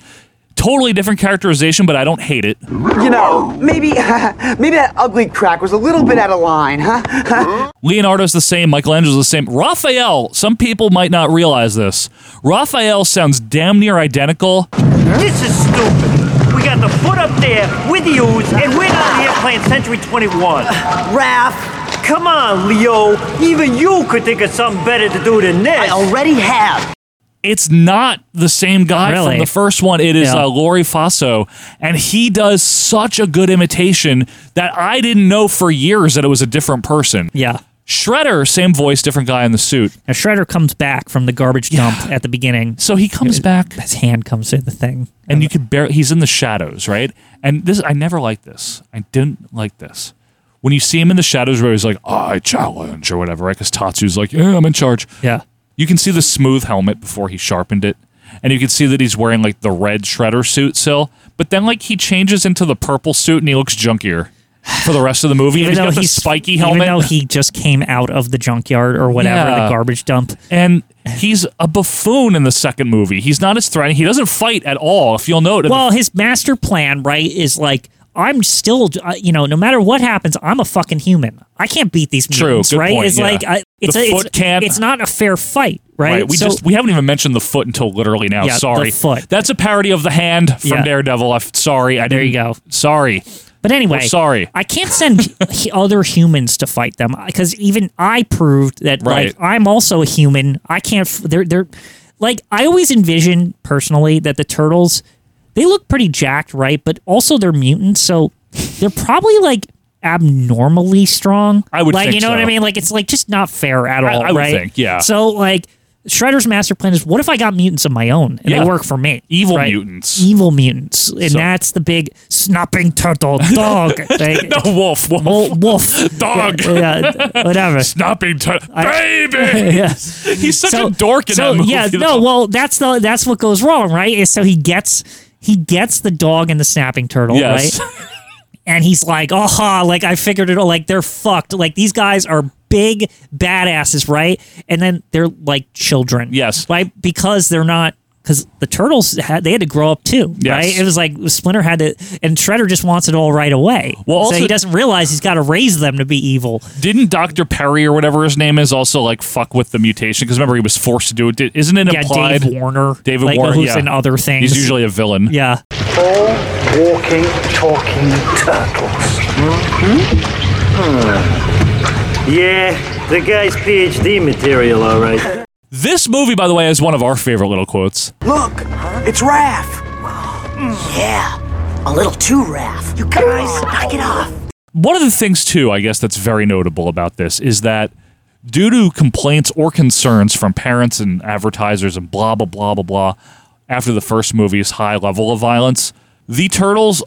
Totally different characterization, but I don't hate it. You know, maybe maybe that ugly crack was a little bit out of line, huh? Leonardo's the same, Michelangelo's the same. Raphael, some people might not realize this. Raphael sounds damn near identical. This is stupid. We got the foot up there with the ooze, and we're down here playing Century 21. Raph! Come on, Leo. Even you could think of something better to do than this. I already have. It's not the same guy Really? from the first one. It is Yeah. uh, Lori Faso, and he does such a good imitation that I didn't know for years that it was a different person. Yeah. Shredder, same voice, different guy in the suit. Now Shredder comes back from the garbage dump at the beginning. So he comes back. His hand comes through the thing. and you could barely he's in the shadows right and this i never liked this i didn't like this when you see him in the shadows where he's like "Ah, i challenge or whatever right because tatsu's like yeah i'm in charge yeah you can see the smooth helmet before he sharpened it and you can see that he's wearing like the red shredder suit still but then like he changes into the purple suit and he looks junkier for the rest of the movie and he's got the spiky helmet Even though he just came out of the junkyard or whatever, Yeah. the garbage dump. and he's a buffoon in the second movie he's not as threatening he doesn't fight at all if you'll note in the Well, his master plan, right, is like I'm still, uh, you know, no matter what happens, I'm a fucking human. I can't beat these True, mutants, good right? point, it's yeah. like I, it's The a, foot it's, can't- it's not a fair fight, right? We So- just we haven't even mentioned the foot until literally now. Yeah, the sorry, foot. That's a parody of the hand from Yeah. Daredevil. I'm sorry. I there you go. Sorry. But anyway, We're Oh, sorry. I can't send h- other humans to fight them because even I proved that Right. like I'm also a human. I can't. f- They're they're like I always envision personally that the turtles they look pretty jacked, right? But also they're mutants, so they're probably like abnormally strong. I would like think you know what so. I mean. Like it's like just not fair at I- all, I would right? think, yeah. So like. Shredder's master plan is: What if I got mutants of my own and Yeah. they work for me? Evil mutants. evil mutants, and So- that's the big snapping turtle dog. thing. no wolf. Wolf. wolf. Dog. Yeah, yeah, whatever. Snapping turtle. I- Baby. Yeah. He's such a dork in so, that movie. Yeah, though. no, well, that's the that's what goes wrong, right? Is so he gets he gets the dog and the snapping turtle, Yes. right? And he's like, aha, like I figured it out. Like they're fucked. Like these guys are big badasses, right? And then they're like children. Yes. Right? Because they're not because the turtles had they had to grow up too, Yes. right? It was like Splinter had to, and Shredder just wants it all right away. Well, also- so he doesn't realize he's got to raise them to be evil. Didn't Doctor Perry or whatever his name is also like fuck with the mutation? Because remember he was forced to do it. Di- Isn't it Yeah, implied? Dave Warner, David like, Warner. who's yeah. in other things. He's usually a villain. Yeah. All walking, talking turtles. Yeah, the guy's PhD material, all right. This movie, by the way, is one of our favorite little quotes. Look, it's Raph. Yeah, a little too Raph. You guys, knock it off. One of the things, too, I guess, that's very notable about this is that due to complaints or concerns from parents and advertisers and blah, blah, blah, blah, blah, after the first movie's high level of violence, the Turtles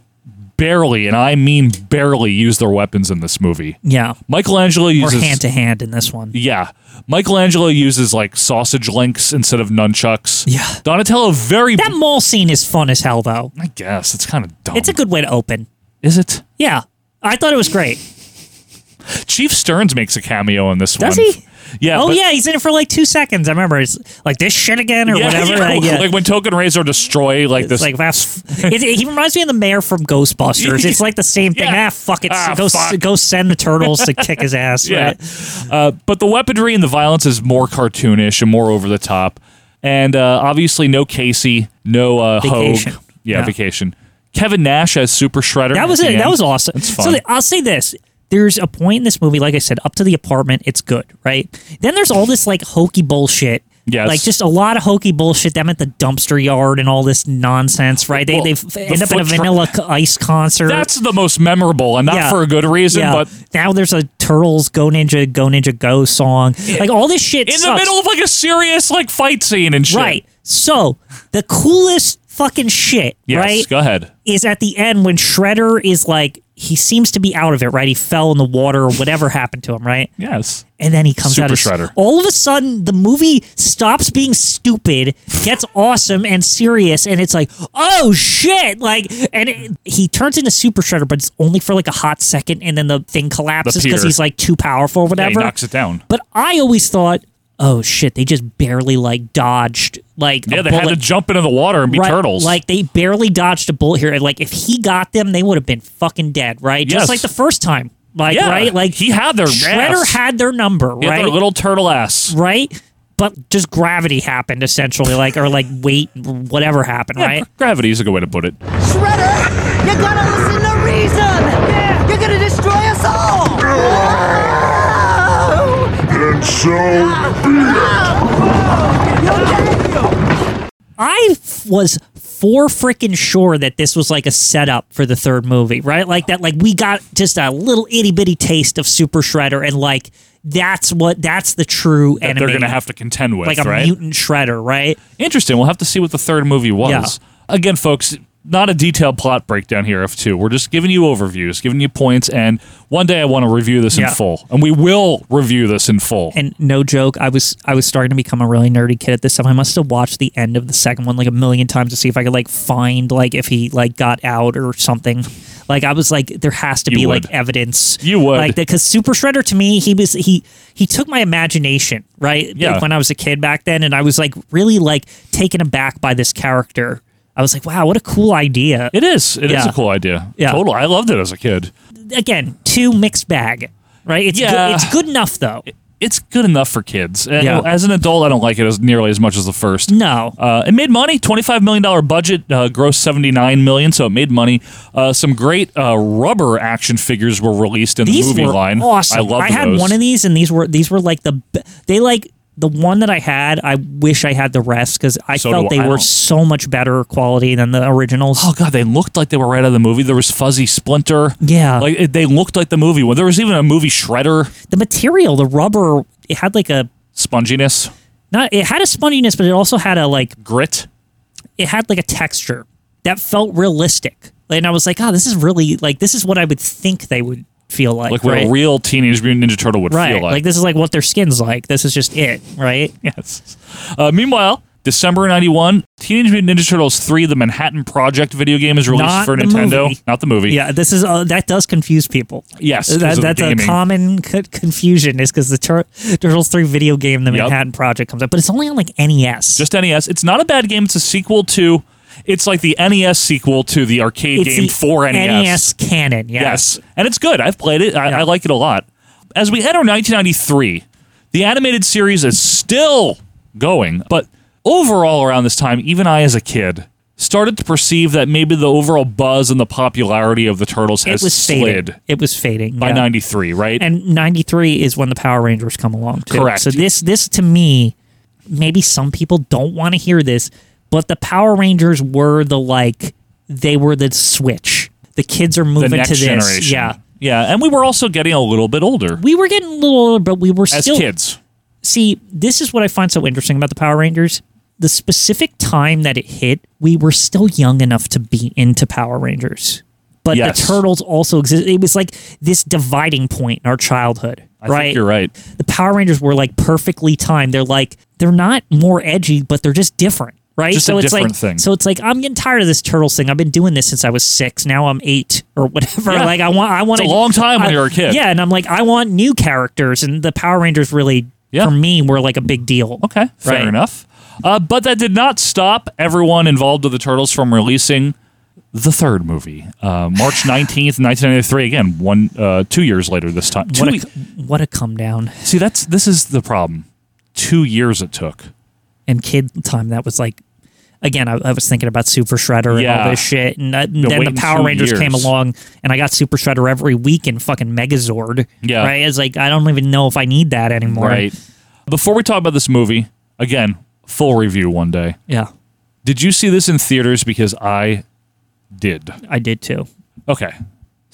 barely, and I mean barely, use their weapons in this movie. Yeah. Michelangelo Or uses. hand to hand in this one. Yeah. Michelangelo uses like sausage links instead of nunchucks. Yeah. Donatello very. That mall scene is fun as hell, though. I guess. It's kind of dumb. It's a good way to open. Is it? Yeah. I thought it was great. Chief Stearns makes a cameo in this Does one. he? Yeah. oh, but- yeah. He's in it for like two seconds. I remember. It's like this shit again or Yeah, whatever. yeah, Like, yeah. like when Token Razor destroy like this. it's like, ah, f- it, it- he reminds me of the mayor from Ghostbusters. It's like the same thing. Ah, fuck it. Ah, go, s- fuck. go send the turtles to kick his ass. yeah. Right? Uh, but the weaponry and the violence is more cartoonish and more over the top, and uh, obviously no Casey, no uh, Hogue. Vacation. Yeah, Yeah. vacation. Kevin Nash as Super Shredder. That was at it. the That end. was awesome. It's fun. So the- I'll say this. There's a point in this movie, like I said, up to the apartment, it's good, right? Then there's all this like hokey bullshit. Yes. Like just a lot of hokey bullshit. Them at the dumpster yard and all this nonsense, right? They Well, they the end up at a foot tra- Vanilla Ice concert. That's the most memorable, and not Yeah. for a good reason, Yeah. but now there's a Turtles Go Ninja Go Ninja Go song. Like all this shit in the sucks. middle of like a serious like fight scene and shit. Right. So the coolest fucking shit, Yes. right? Go ahead. Is at the end when Shredder is like he seems to be out of it, right? He fell in the water or whatever happened to him, right? Yes. And then he comes out Super as Shredder. All of a sudden, the movie stops being stupid, gets awesome and serious, and it's like, oh shit! Like, and it, he turns into Super Shredder, but it's only for like a hot second, and then the thing collapses Peter. because he's like too powerful, or Yeah, whatever. he knocks it down. But I always thought, oh shit, they just barely like dodged like Yeah, a they bullet. had to jump into the water and be Right, turtles. Like they barely dodged a bullet here. And, Like if he got them, they would have been fucking dead, right? Yes. Just like the first time. Like Yeah, right? Like he had their Shredder ass. had their number, He had right? their little turtle ass. Right? But just gravity happened essentially, like or like weight, whatever happened, Yeah, right? gra- Gravity is a good way to put it. Shredder, you gotta listen to reason. You're gonna destroy us all. And so be I f- was for freaking sure that this was like a setup for the third movie, right? Like that, like we got just a little itty bitty taste of Super Shredder, and like that's what that's the true That enemy they're going to have to contend with, like a right? mutant Shredder, right? Interesting. We'll have to see what the third movie was. Yeah. Again, folks, not a detailed plot breakdown here of two. We're just giving you overviews, giving you points, and one day I want to review this Yeah. in full, and we will review this in full. And no joke, I was I was starting to become a really nerdy kid at this time. I must have watched the end of the second one like a million times to see if I could like find like if he like got out or something. Like I was like, there has to You be would. like evidence. You would. like because Super Shredder to me, he was he he took my imagination right Yeah. like, when I was a kid back then, and I was like really like taken aback by this character. I was like, wow, what a cool idea. It is. It is Yeah. a cool idea. Yeah. Total. I loved it as a kid. Again, two mixed bag, right? It's Yeah. good, it's good enough though. It's good enough for kids. Uh, Yeah. As an adult, I don't like it as nearly as much as the first. No. Uh, it made money. Twenty-five million dollar budget, uh, gross seventy-nine million. So it made money. Uh, some great uh, rubber action figures were released in these the movie were line. Awesome. I love. I had those. one of these, and these were these were like the be- they like the one that I had. I wish I had the rest because I So felt do they I. were so much better quality than the originals. Oh god, they looked like they were right out of the movie. There was Fuzzy Splinter. Yeah. like it, they looked like the movie. Well, there was even a movie Shredder The material, the rubber, it had like a sponginess not it had a sponginess, but it also had a like grit. it had like a texture that felt realistic, and I was like, oh, this is really like this is what I would think they would feel like, Like what right? a real Teenage Mutant Ninja Turtle would right, feel like. this is like what their skin's like. This is just it, right? yes. Uh, meanwhile, December '91, Teenage Mutant Ninja Turtles Three: The Manhattan Project video game is released Not for the Nintendo. movie. Not the movie. Yeah, this is uh, that does confuse people. Uh, Yes, 'cause that, of that's a gaming. common co- confusion is because the Tur- Turtles Three video game, the Yep. Manhattan Project, comes up, but it's only on like E NES. Just NES. It's not a bad game. It's a sequel to. It's like the NES sequel to the arcade it's game the E for NES. NES canon. Yeah. Yes. And it's good. I've played it. I, I like it a lot. As we enter 1993, the animated series is still going, but overall around this time, even I as a kid started to perceive that maybe the overall buzz and the popularity of the Turtles it has was slid fading. It was fading by yeah. 93, right? and ninety three is when the Power Rangers come along. Too. Correct. So this this to me, maybe some people don't want to hear this, but the Power Rangers were the like they were the switch. The kids are the moving next to this. generation. Yeah. Yeah. And we were also getting a little bit older We were getting a little older, but we were as still kids. see, this is what I find so interesting about the Power Rangers. The specific time that it hit, we were still young enough to be into Power Rangers. But Yes. the Turtles also exist. It was like this dividing point in our childhood, I right? think you're right. The Power Rangers were like perfectly timed. They're like they're not more edgy, but they're just different, right? Just a it's different like thing. so it's like I'm getting tired of this Turtles thing. I've been doing this since I was six. Now I'm eight or whatever. Yeah. Like I want I want It's a long time when I- you're a kid. Yeah, and I'm like I want new characters, and the Power Rangers really for me were like a big deal. Okay, fair Right. enough. Uh, but that did not stop everyone involved with the Turtles from releasing the third movie, uh, March nineteenth, nineteen ninety three. Again, one uh, two years later this time. Two e- What ye- a, what a come down see, that's this is the problem. Two years it took. and kid time that was like. Again, I, I was thinking about Super Shredder and Yeah. all this shit, and, that- Been then the waiting Power two Rangers came years. along, and I got Super Shredder every week and fucking Megazord. Yeah. right. It's like I don't even know if I need that anymore. Right. Before we talk about this movie, again, full review one day. Yeah, Did you see this in theaters? Because I did. I did too. Okay.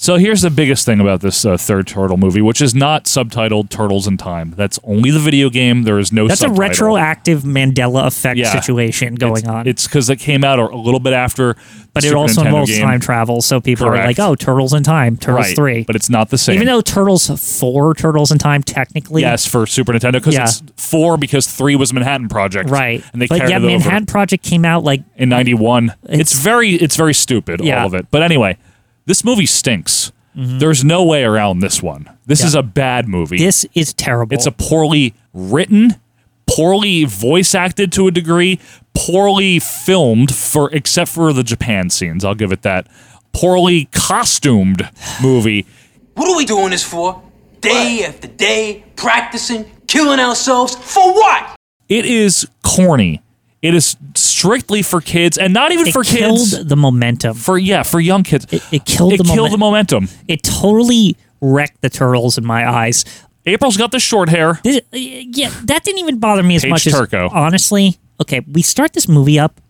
So here's the biggest thing about this uh, third Turtle movie, which is not subtitled Turtles in Time. That's only the video game. There is no That's subtitle. a retroactive Mandela effect Yeah. situation going on. It's because it came out a little bit after, but the it Super also Nintendo involves game. time travel, so people are Correct. like, "Oh, Turtles in Time, Turtles Right, Three. but it's not the same. Even though Turtles Four, Turtles in Time, technically, yes, for Super Nintendo, because Yeah. it's four because three was Manhattan Project, right? And they but carried yeah, it over Manhattan Project came out like in '91. It's, It's- very, it's very stupid, Yeah. Mm-hmm. all of it. But anyway, this movie stinks. There's no way around this one. This Yeah. is a bad movie. this is terrible. It's a poorly written, poorly voice acted to a degree, poorly filmed for except for the Japan scenes. I'll give it that. Poorly costumed movie. What are we doing this for? Day after day, practicing, killing ourselves for what? It is corny. It is strictly for kids, and not even It for killed kids. the momentum for yeah for young kids. It, it killed It the killed the momentum. It totally wrecked the turtles in my eyes. uh, April's got the short hair. yeah, that didn't even bother me as Paige much as Turco. honestly. Okay, we start this movie up.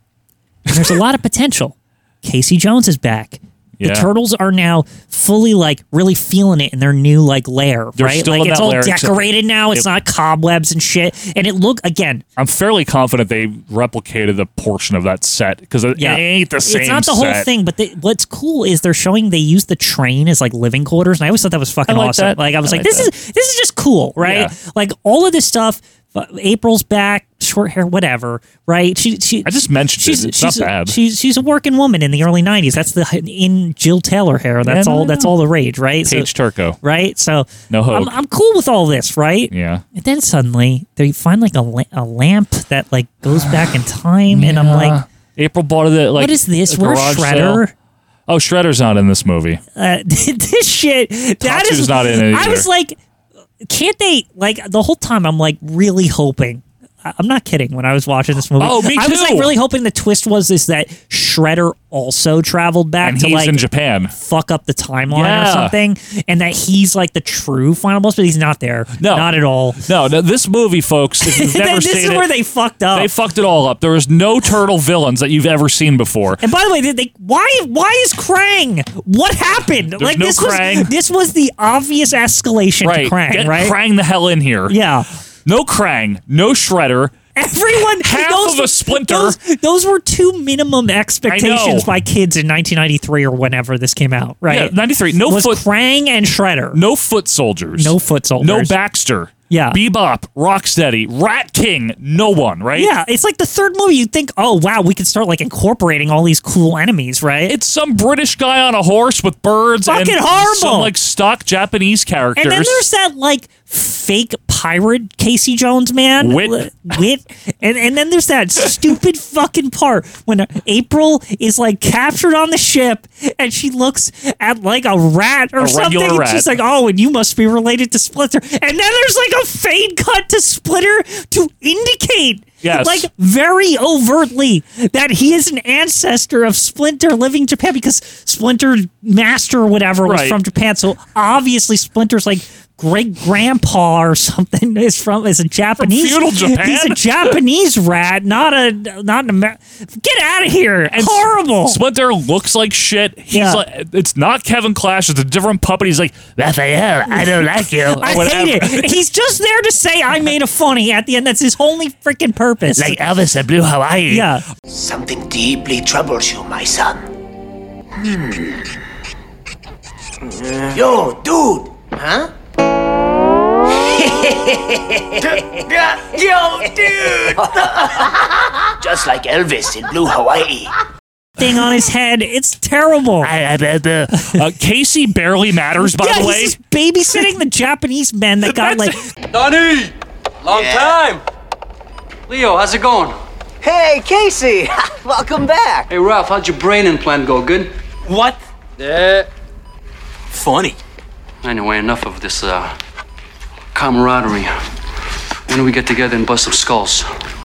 And there's a lot of potential. Casey Jones is back. Yeah. The turtles are now fully like really feeling it in their new like lair, They're right? still like in it's that all lair, except- decorated now. It's Yep. not cobwebs and shit. And it look again, I'm fairly confident they replicated a portion of that set because it, yeah, it ain't the same. It's not the whole set. thing, but they, what's cool is they're showing they use the train as like living quarters, and I always thought that was fucking I like awesome. that. Like I was I like, like this is this is just cool, right? Yeah. Like all of this stuff. but April's back, short hair, whatever, right? She she. I just mentioned it. It's not bad. She's she's a working woman in the early '90s. That's the in Jill Taylor hair. That's no, all. I That's know. all the rage, right? So- Paige Turco. right? So No hope. I'm, I'm cool with all this, right? Yeah. And then suddenly they find like a, la- a lamp that like goes back in time, and I'm like, April bought it at like What is this? a Where's garage Shredder? sale. Oh, Shredder's not in this movie. uh, this shit. That Tatsu's is not in it I was either. like, can't they? Like the whole time, I'm like really hoping. I- I'm not kidding. When I was watching this movie, Oh, me I was like too. really hoping the twist was is that Shredder also traveled back And to he's like in Japan. fuck up the timeline Yeah. or something, and that he's like the true final boss, but he's not there. No, not at all. No, no, this movie, folks, if you've never this seen is it, where they fucked up. they fucked it all up. There is no turtle villains that you've ever seen before. And by the way, did they why why is Krang? What happened? There's like no this Krang. was this was the obvious escalation right, to Krang, get right? Krang the hell in here. Yeah. no Krang, no Shredder. Everyone Half those, of a splinter. Those, those were two minimum expectations by kids in 1993 or whenever this came out, right? Yeah, 93. No was foot- Krang and Shredder. No foot soldiers. No foot soldiers. No Baxter. Yeah. Bebop, Rocksteady, Rat King, no one, right? Yeah, it's like the third movie. You think, oh wow, we could start like incorporating all these cool enemies, right? It's some British guy on a horse with birds Fucking and horrible. some like stock Japanese characters. And then there's that like fake pirate Casey Jones man, Wit. L- wit. And and then there's that stupid fucking part when April is like captured on the ship and she looks at like a rat or A something. regular And rat. she's like, oh, and you must be related to Splinter. And then there's like a fade cut to Splinter to indicate. Yes. Like very overtly that he is an ancestor of Splinter living in Japan because Splinter's master or whatever Right. was from Japan. So obviously Splinter's like great grandpa or something is from is a Japanese feudal Japan? He's a Japanese rat, not a not an Amer- Get out of here! And S- Horrible. Splinter looks like shit. He's Oh. Yeah. like, it's not Kevin Clash. It's a different puppet. He's like, Raphael, I don't like you. or I whatever. hate it. He's just there to say I made a funny at the end. That's his only freaking purpose. Like Elvis and Blue Hawaii. yeah. Something deeply troubles you, my son. Yo, dude! Huh? Yo, dude! Just like Elvis in Blue Hawaii. Thing on his head. It's terrible. Uh, Casey barely matters, by yeah, the he's way. just babysitting the Japanese men that got like Donnie! Long time! Leo, how's it going? Hey, Casey! Welcome back! Hey, Ralph, how'd your brain implant go? Good? What? Yeah. Funny. Anyway, enough of this, uh, camaraderie. When do we get together and bust some skulls?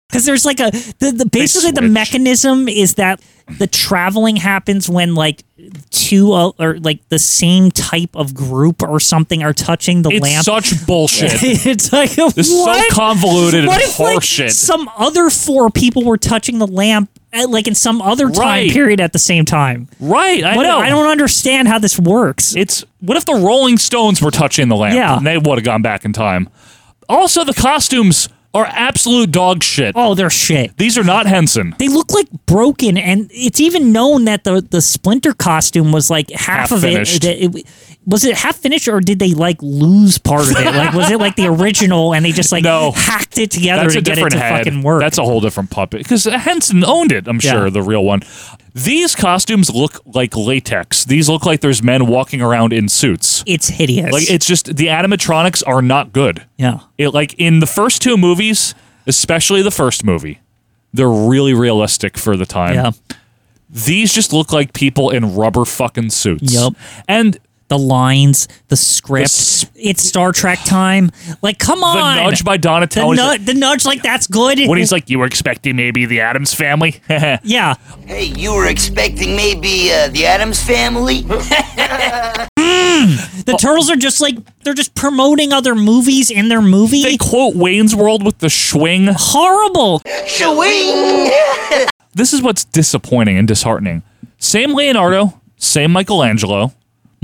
Because there's like a the, the basically the switch. mechanism is that the traveling happens when like two uh, or like the same type of group or something are touching the It's lamp. such bullshit. it's like It's so what? convoluted and What if like horseshit. some other four people were touching the lamp at, like in some other time Right. period at the same time? right. I What- know. I don't understand how this works. It's what if the Rolling Stones were touching the lamp? Yeah. and they would have gone back in time. Also, the costumes are absolute dog shit. oh, they're shit. These are not Henson. they look like broken and it's even known that the the splinter costume was like half, Half of finished. it, that it- was it half finished or did they like lose part of it like was it like the original and they just like No. hacked it together That's to a get it different to head. fucking work That's a whole different puppet because Henson owned it. I'm Yeah. sure the real one. These costumes look like latex. These look like there's men walking around in suits. it's hideous Like it's just the animatronics are not good. yeah It like in the first two movies, especially the first movie. They're really realistic for the time. Yeah. These just look like people in rubber fucking suits. Yep. And the lines, the script. it's Star Trek time. Like, come on. The nudge by Donatello. The, is nu- like- the nudge, like, that's good. when he's like, you were expecting maybe the Adams family? yeah. Hey, you were expecting maybe uh, the Adams family? Oh. The turtles are just like they're just promoting other movies in their movie. They quote Wayne's World with the swing. Horrible. this is what's disappointing and disheartening. Same Leonardo, same Michelangelo.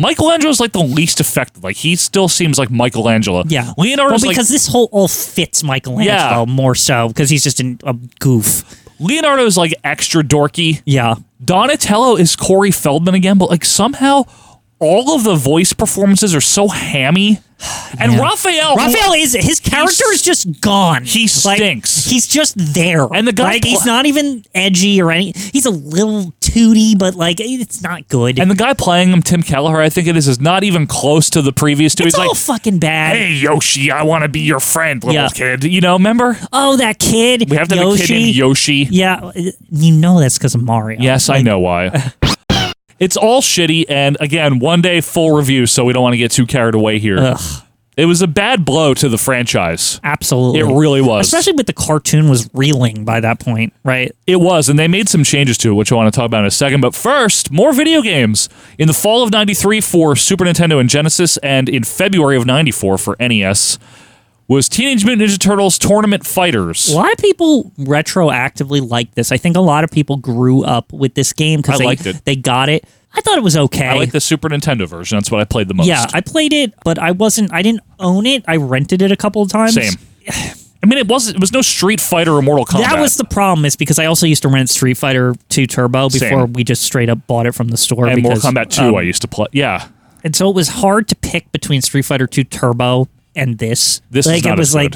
Michelangelo's like the least affected. Like he still seems like Michelangelo. Yeah, Leonardo's well, because like, this whole all fits Michelangelo Yeah. more so because he's just an, a goof. Leonardo's like extra dorky. Yeah. Donatello is Corey Feldman again, but like somehow all of the voice performances are so hammy. And Raphael Raphael is his character is just gone. He stinks. He's just there, and the guy like, pl- he's not even edgy or any. He's a little tooty, but like it's not good. And the guy playing him, Tim Kelleher, I think it is, is not even close to the previous two. it's He's all like, fucking bad. hey, Yoshi, I want to be your friend, little Yeah. kid. You know, remember? Oh, that kid. We have to have a kid named Yoshi. Yeah, you know that's because of Mario. Yes, I know why. it's all shitty. And again, one day full review, so we don't want to get too carried away here. Ugh. It was a bad blow to the franchise. Absolutely, It really was. Especially with the cartoon was reeling by that point, right? It was, and they made some changes to it, which I want to talk about in a second. But first, more video games. In the fall of 93 for Super Nintendo and Genesis, and in February of 94 for NES, was Teenage Mutant Ninja Turtles Tournament Fighters. A lot of people retroactively like this. I think a lot of people grew up with this game I because they, liked it. they got it. I thought it was okay. I like the Super Nintendo version. That's what I played the most. Yeah, I played it, but I wasn't. I didn't own it. I rented it a couple of times. Same. I mean, it was it was no Street Fighter or Mortal Kombat. That was the problem, is because I also used to rent Street Fighter 2 Turbo Same. before we just straight up bought it from the store. and because, Mortal Kombat Two. um, I used to play. Yeah, and so it was hard to pick between Street Fighter 2 Turbo and this. This is like not it was as like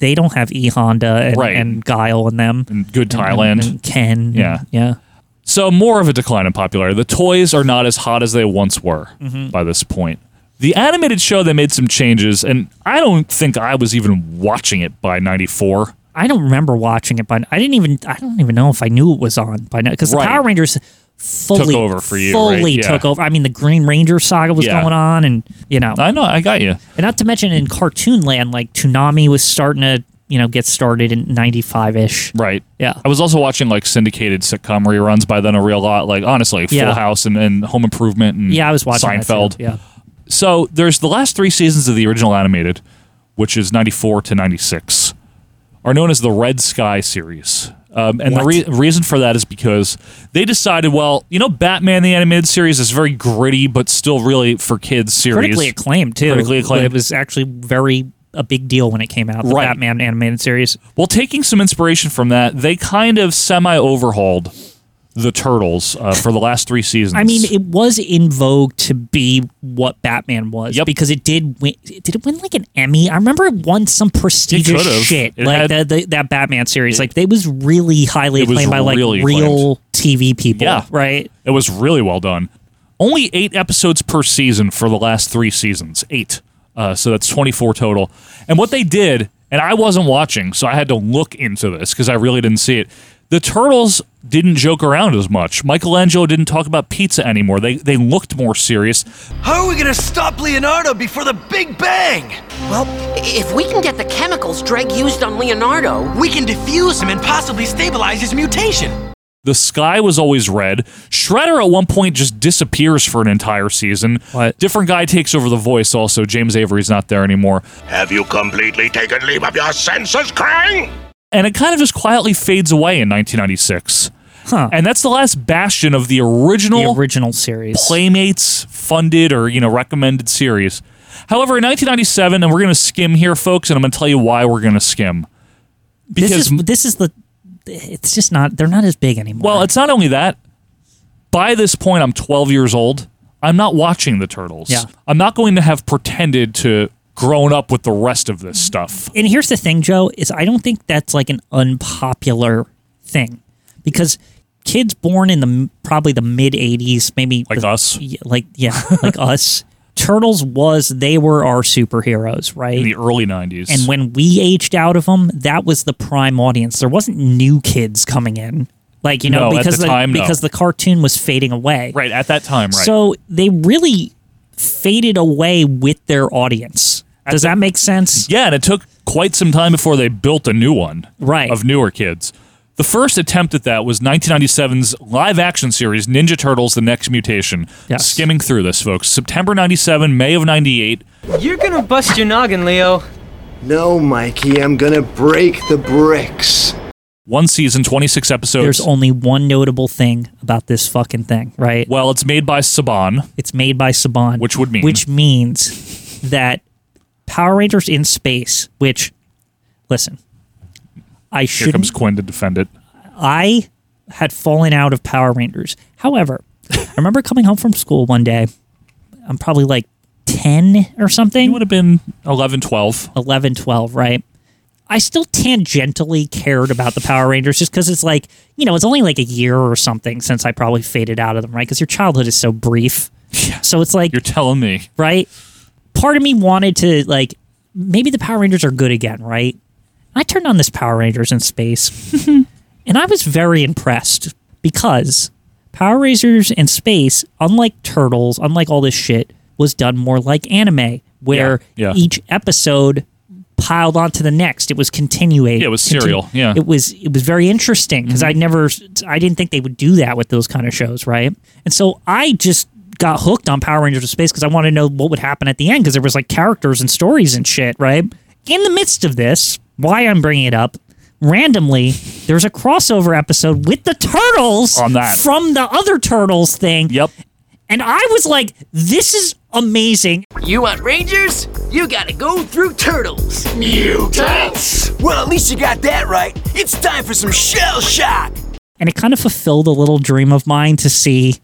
they don't have E Honda and, Right. and Guile and them. And Good and- Thailand. um, and Ken. Yeah. yeah. So more of a decline in popularity. The toys are not as hot as they once were Mm-hmm. by this point. The animated show they made some changes, and I don't think I was even watching it by '94. I don't remember watching it, but I didn't even I don't even know if I knew it was on by now because Right. the Power Rangers fully Took over for you, fully right? Yeah. took over. I mean, the Green Ranger saga was Yeah. Uh, going on, and you know, I know, I got you. and not to mention in cartoon land, like Toonami was starting to you know get started in '95 ish. Right. Yeah. I was also watching like syndicated sitcom reruns by then a real lot. Like honestly, Full Yeah. House and, and Home Improvement and Yeah, I was watching that too. Seinfeld. Yeah. So there's the last three seasons of the original animated, which is 94 to 96, are known as the Red Sky series. Um, and the re- reason for that is because they decided, well, you know, Batman the animated series is very gritty, but still really for kids series. Critically acclaimed too. Critically acclaimed. It was actually very a big deal when it came out. The Right. Batman animated series. Well, taking some inspiration from that, they kind of semi overhauled the Turtles uh, for the last three seasons. I mean, it was in vogue to be what Batman was because it did win. Did it win like an Emmy? I remember it won some prestigious could've. shit It had- like that. the, that Batman series. like they was really highly It was acclaimed by like really real TV people. Yeah. right. It was really well done. Only eight episodes per season for the last three seasons. Eight. Uh, so that's 24 total. And what they did, and I wasn't watching, so I had to look into this because I really didn't see it. The Turtles didn't joke around as much. Michelangelo didn't talk about pizza anymore. They, they looked more serious. How are we gonna stop Leonardo before the Big Bang? Well, if we can get the chemicals Dreg used on Leonardo, we can defuse him and possibly stabilize his mutation. The sky was always red. Shredder at one point just disappears for an entire season. Different guy takes over the voice also. James Avery's not there anymore. Have you completely taken leave of your senses, Krang? and it kind of just quietly fades away in 1996. And that's the last bastion of the original The original series. Playmates funded or you know recommended series. However, in 1997, and we're going to skim here, folks, and I'm going to tell you why we're going to skim. Because this is this is the. It's just not. They're not as big anymore. well, it's not only that. By this point, I'm 12 years old. I'm not watching the Turtles. Yeah. I'm not going to have pretended to grown up with the rest of this stuff. and here's the thing, Joe, is I don't think that's like an unpopular thing because kids born in the m- probably the mid 80s, maybe like us, like yeah, like us, Turtles was they were our superheroes, right? in the early 90s. And when we aged out of them, that was the prime audience. There wasn't new kids coming in. Like, you know, No, at because the time, no. because the cartoon was fading away. Right, at that time, right. So they really faded away with their audience. Does that make sense? Yeah, and it took quite some time before they built a new one. Right. Of newer kids. The first attempt at that was 1997's live action series Ninja Turtles The Next Mutation. Skimming through this, folks. September 97, May of 98. You're gonna bust your noggin, Leo. No, Mikey, I'm gonna break the bricks. One season, 26 episodes. There's only one notable thing about this fucking thing, right? Well, it's made by Saban. It's made by Saban. Which would mean Which means that Power Rangers in Space, which listen, I Here should comes Quinn to defend it. I had fallen out of Power Rangers. However, I remember coming home from school one day. I'm probably like 10 or something. It would have been 11, 12. 11, 12, right? I still tangentially cared about the Power Rangers just because it's like, you know, it's only like a year or something since I probably faded out of them, right? Because your childhood is so brief. So it's like. You're telling me. Right? Part of me wanted to, like, maybe the Power Rangers are good again, right? I turned on this Power Rangers in space. and I was very impressed because Power Rangers in space, unlike Turtles, unlike all this shit, was done more like anime, where Yeah, yeah. each episode piled onto the next. It was continuated. Yeah, it was serial, yeah. it was it was very interesting because Mm-hmm. I never, I didn't think they would do that with those kind of shows, right? And so I just got hooked on Power Rangers in space because I wanted to know what would happen at the end because there was like characters and stories and shit, right? In the midst of this, why I'm bringing it up. Randomly, there's a crossover episode with the turtles On that. from the other turtles thing. Yep. And I was like, this is amazing. You want Rangers? You gotta go through turtles. Mutants! Well, at least you got that right. It's time for some shell shock! And it kind of fulfilled a little dream of mine to see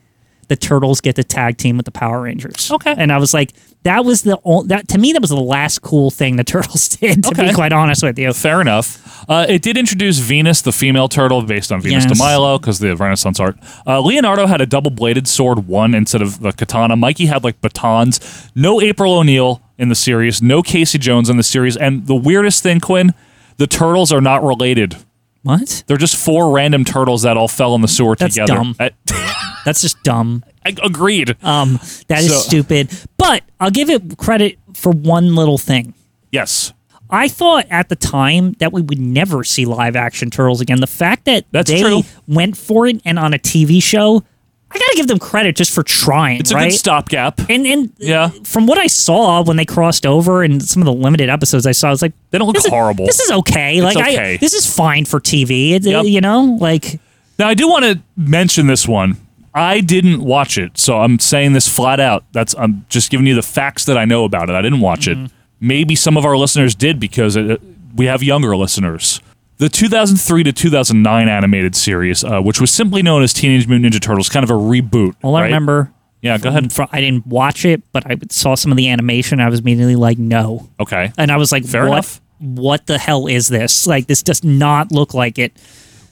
the turtles get to tag team with the Power Rangers. Okay. And I was like, that was the only, that to me that was the last cool thing the turtles did. To be quite honest with you. Fair enough. Uh, it did introduce Venus, the female turtle, based on Venus de Yes. Milo, because the Renaissance art. Uh, Leonardo had a double bladed sword, one instead of the katana. Mikey had like batons. No April O'Neil in the series, no Casey Jones in the series. And the weirdest thing, Quinn, the turtles are not related. What? They're just four random turtles that all fell in the sewer That's together. dumb. That's just dumb. I, agreed. Um, That is stupid. But I'll give it credit for one little thing. Yes. I thought at the time that we would never see live action turtles again. The fact that they true. went for it and on a TV show, I gotta give them credit just for trying. It's a right? good stopgap. And and yeah, from what I saw when they crossed over and some of the limited episodes I saw, I was like, they don't look this horrible. Is, this is okay. It's Like okay. I, this is fine for TV. It, You know, like Now, I do want to mention this one. I didn't watch it, so I'm saying this flat out. That's I'm just giving you the facts that I know about it. I didn't watch Mm-hmm. it. Maybe some of our listeners did because it, we have younger listeners. The 2003 to 2009 animated series, uh, which was simply known as Teenage Mutant Ninja Turtles, kind of a reboot. all I right? remember. Yeah, go ahead. From, I didn't watch it, but I saw some of the animation. I was immediately like, no. Okay. And I was like, Fair what? enough. What the hell is this? Like, this does not look like it.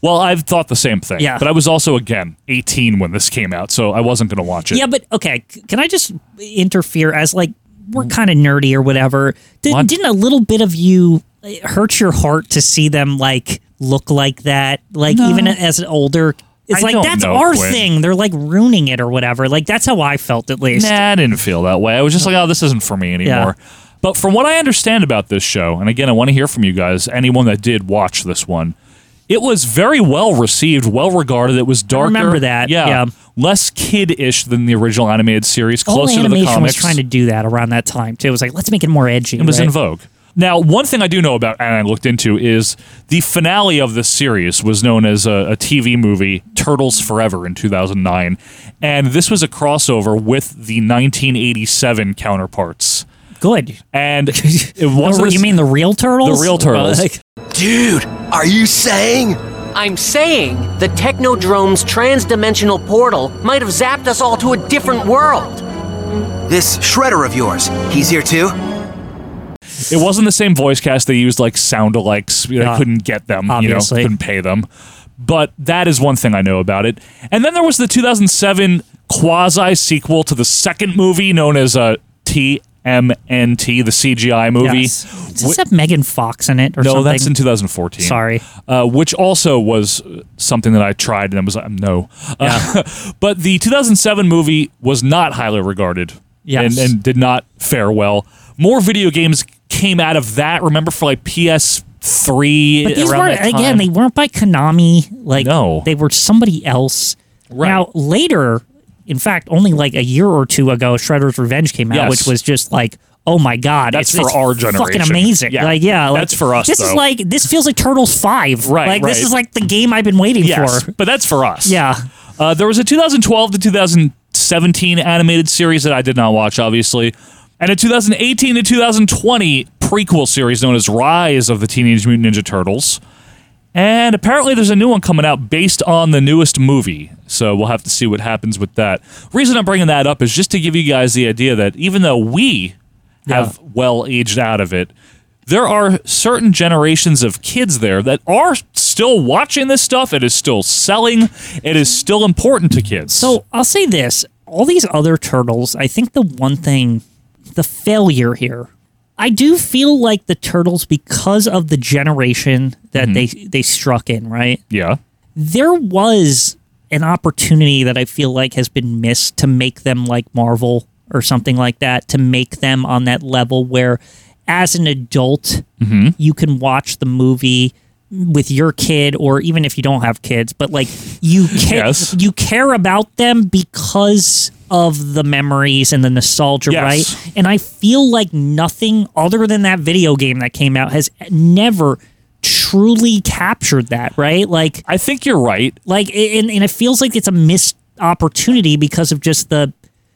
Well, I've thought the same thing. Yeah. But I was also, again, 18 when this came out, so I wasn't going to watch it. Yeah, but okay. c- Can I just interfere as like we're Mm. kind of nerdy or whatever? Did, Didn't a little bit of you it hurt your heart to see them like look like that? Like No. even as an older, it's I like don't that's know, our Quinn. thing. They're like ruining it or whatever. Like that's how I felt at least. Nah, I didn't feel that way. I was just like, oh, this isn't for me anymore. But from what I understand about this show, and again, I want to hear from you guys, anyone that did watch this one, it was very well received, well regarded. It was darker. remember that, yeah. Less kid ish than the original animated series, All closer to the animation was comics. trying to do that around that time too. It was like let's make it more edgy. It was right? in vogue. Now, one thing I do know about, and I looked into, is the finale of this series was known as a, a TV movie, Turtles Forever, in 2009. And this was a crossover with the 1987 counterparts. Good. And it was. Oh, you mean the real turtles? The real turtles. Like- Dude, are you saying? I'm saying the Technodrome's trans-dimensional portal might have zapped us all to a different world. This shredder of yours, he's here too? It wasn't the same voice cast. They used like sound alikes. They Yeah. couldn't get them, Obviously. you know, couldn't pay them. But that is one thing I know about it. And then there was the 2007 quasi sequel to the second movie known as uh, TMNT, the CGI movie. Yes. Does this have Megan Fox in it or no, something? that's in 2014. Sorry. Uh, which also was uh, something that I tried and I was like, no. Uh, but the 2007 movie was not highly regarded Yes. and, and did not fare well. More video games came out of that, remember, for like PS3. But these around weren't that time. again. They weren't by Konami. Like No. they were somebody else. Right. Now later, in fact, only like a year or two ago, Shredder's Revenge came out, Yes. which was just like, oh my god, That's it's, for it's our Fucking generation. amazing. Yeah. Like yeah, like, That's for us, This is though. like this feels like Turtles Five. Right, Like this right. is like the game I've been waiting Yes, for. but that's for us. Yeah. Uh, there was a 2012 to 2017 animated series that I did not watch, obviously, and a 2018 to 2020 prequel series known as Rise of the Teenage Mutant Ninja Turtles. And apparently, there's a new one coming out based on the newest movie. So we'll have to see what happens with that. Reason I'm bringing that up is just to give you guys the idea that even though we have well aged out of it, there are certain generations of kids there that are still watching this stuff. It is still selling. It is still important to kids. So I'll say this: all these other turtles, I think the one thing, the failure here, I do feel like the turtles because of the generation that they they struck in, right? Yeah, there was an opportunity that I feel like has been missed to make them like Marvel or something like that, to make them on that level where, as an adult, Mhm. you can watch the movie with your kid or even if you don't have kids but like you care Yes. you care about them because of the memories and the nostalgia Yes. right and i feel like nothing other than that video game that came out has never truly captured that right like i think you're right like a- and, and it feels like it's a missed opportunity because of just the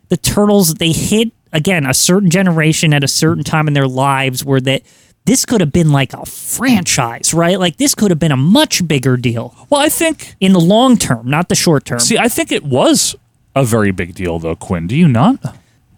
the turtles they hit again a certain generation at a certain time in their lives where that this could have been like a franchise right like this could have been a much bigger deal well i think in the long term not the short term See, I think it was a very big deal, though, Quinn. Do you not?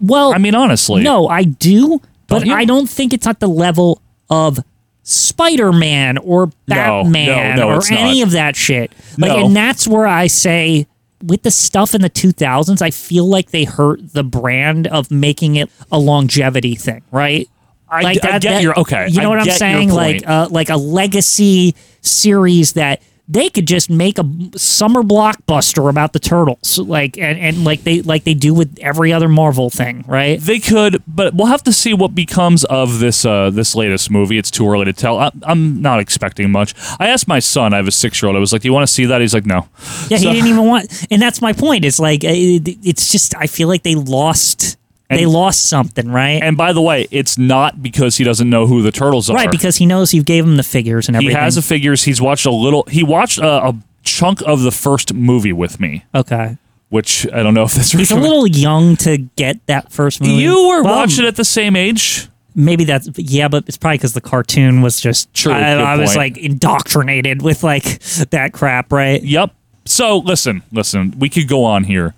Well, I mean, honestly. No, I do, but you? I don't think it's at the level of Spider Man or Batman no, or it's not. any of that shit. Like, No. and that's where I say with the stuff in the 2000s, I feel like they hurt the brand of making it a longevity thing, right? I- I get your- okay, You know I what I'm get your saying? Like, point. uh, like a legacy series that they could just make a summer blockbuster about the turtles, like and, and like they like they do with every other Marvel thing, right? They could, but we'll have to see what becomes of this uh, this latest movie. It's too early to tell. I, I'm not expecting much. I asked my son. I have a six year old. I was like, "Do you want to see that?" He's like, "No." Yeah, So- he didn't even want, and that's my point. It's like uh, it, it's just I feel like they lost, they And- lost something, right? And by the way, it's not because he doesn't know who the turtles are. right because he knows you gave him the figures and he everything. has the figures. He's watched a little. He watched a, a chunk of the first movie with me, okay. which I don't know if that's. He's a little young to get that first movie. You were Well, watching at the same age. Maybe that's yeah, but it's probably because the cartoon was just True, I, good I was point. like indoctrinated with like that crap, right? Yep. So listen, listen, we could go on here,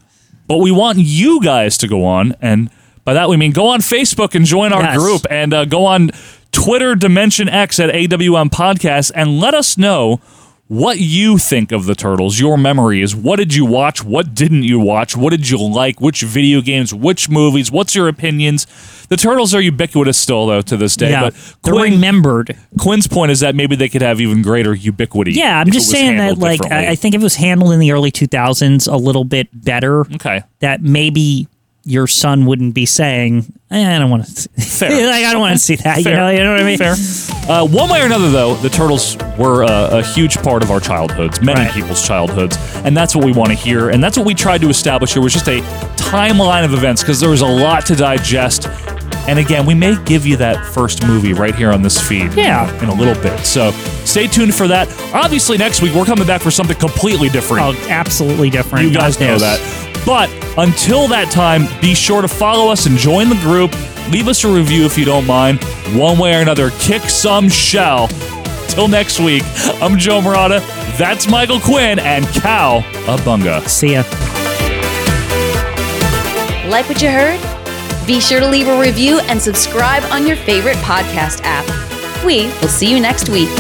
but we want you guys to go on, and by that we mean go on Facebook and join our Yes. group, and uh, go on Twitter Dimension X at AWM Podcast, and let us know what you think of the turtles your memory is what did you watch what didn't you watch what did you like which video games which movies what's your opinions the turtles are ubiquitous still though to this day Yeah, but they're remembered quinn's point is that maybe they could have even greater ubiquity Yeah, I'm if just it was saying that. handled Like, differently. I, I think if it was handled in the early 2000s a little bit better. Okay, that maybe your son wouldn't be saying, eh, "I don't want to." Fair. like, I don't want to see that. You Fair. know, you know what I mean? Fair. Uh, one way or another, though, the turtles were uh, a huge part of our childhoods, many Right. people's childhoods, and that's what we want to hear, and that's what we tried to establish here was just a timeline of events because there was a lot to digest. And again, we may give you that first movie right here on this feed Yeah. in a little bit. So stay tuned for that. Obviously, next week we're coming back for something completely different. Oh, absolutely different. You guys Not know this. that. But until that time, be sure to follow us and join the group. Leave us a review if you don't mind. One way or another, kick some shell. Till next week, I'm Joe Morata. That's Michael Quinn and Cal Abunga. See ya. Like what you heard? Be sure to leave a review and subscribe on your favorite podcast app. We will see you next week.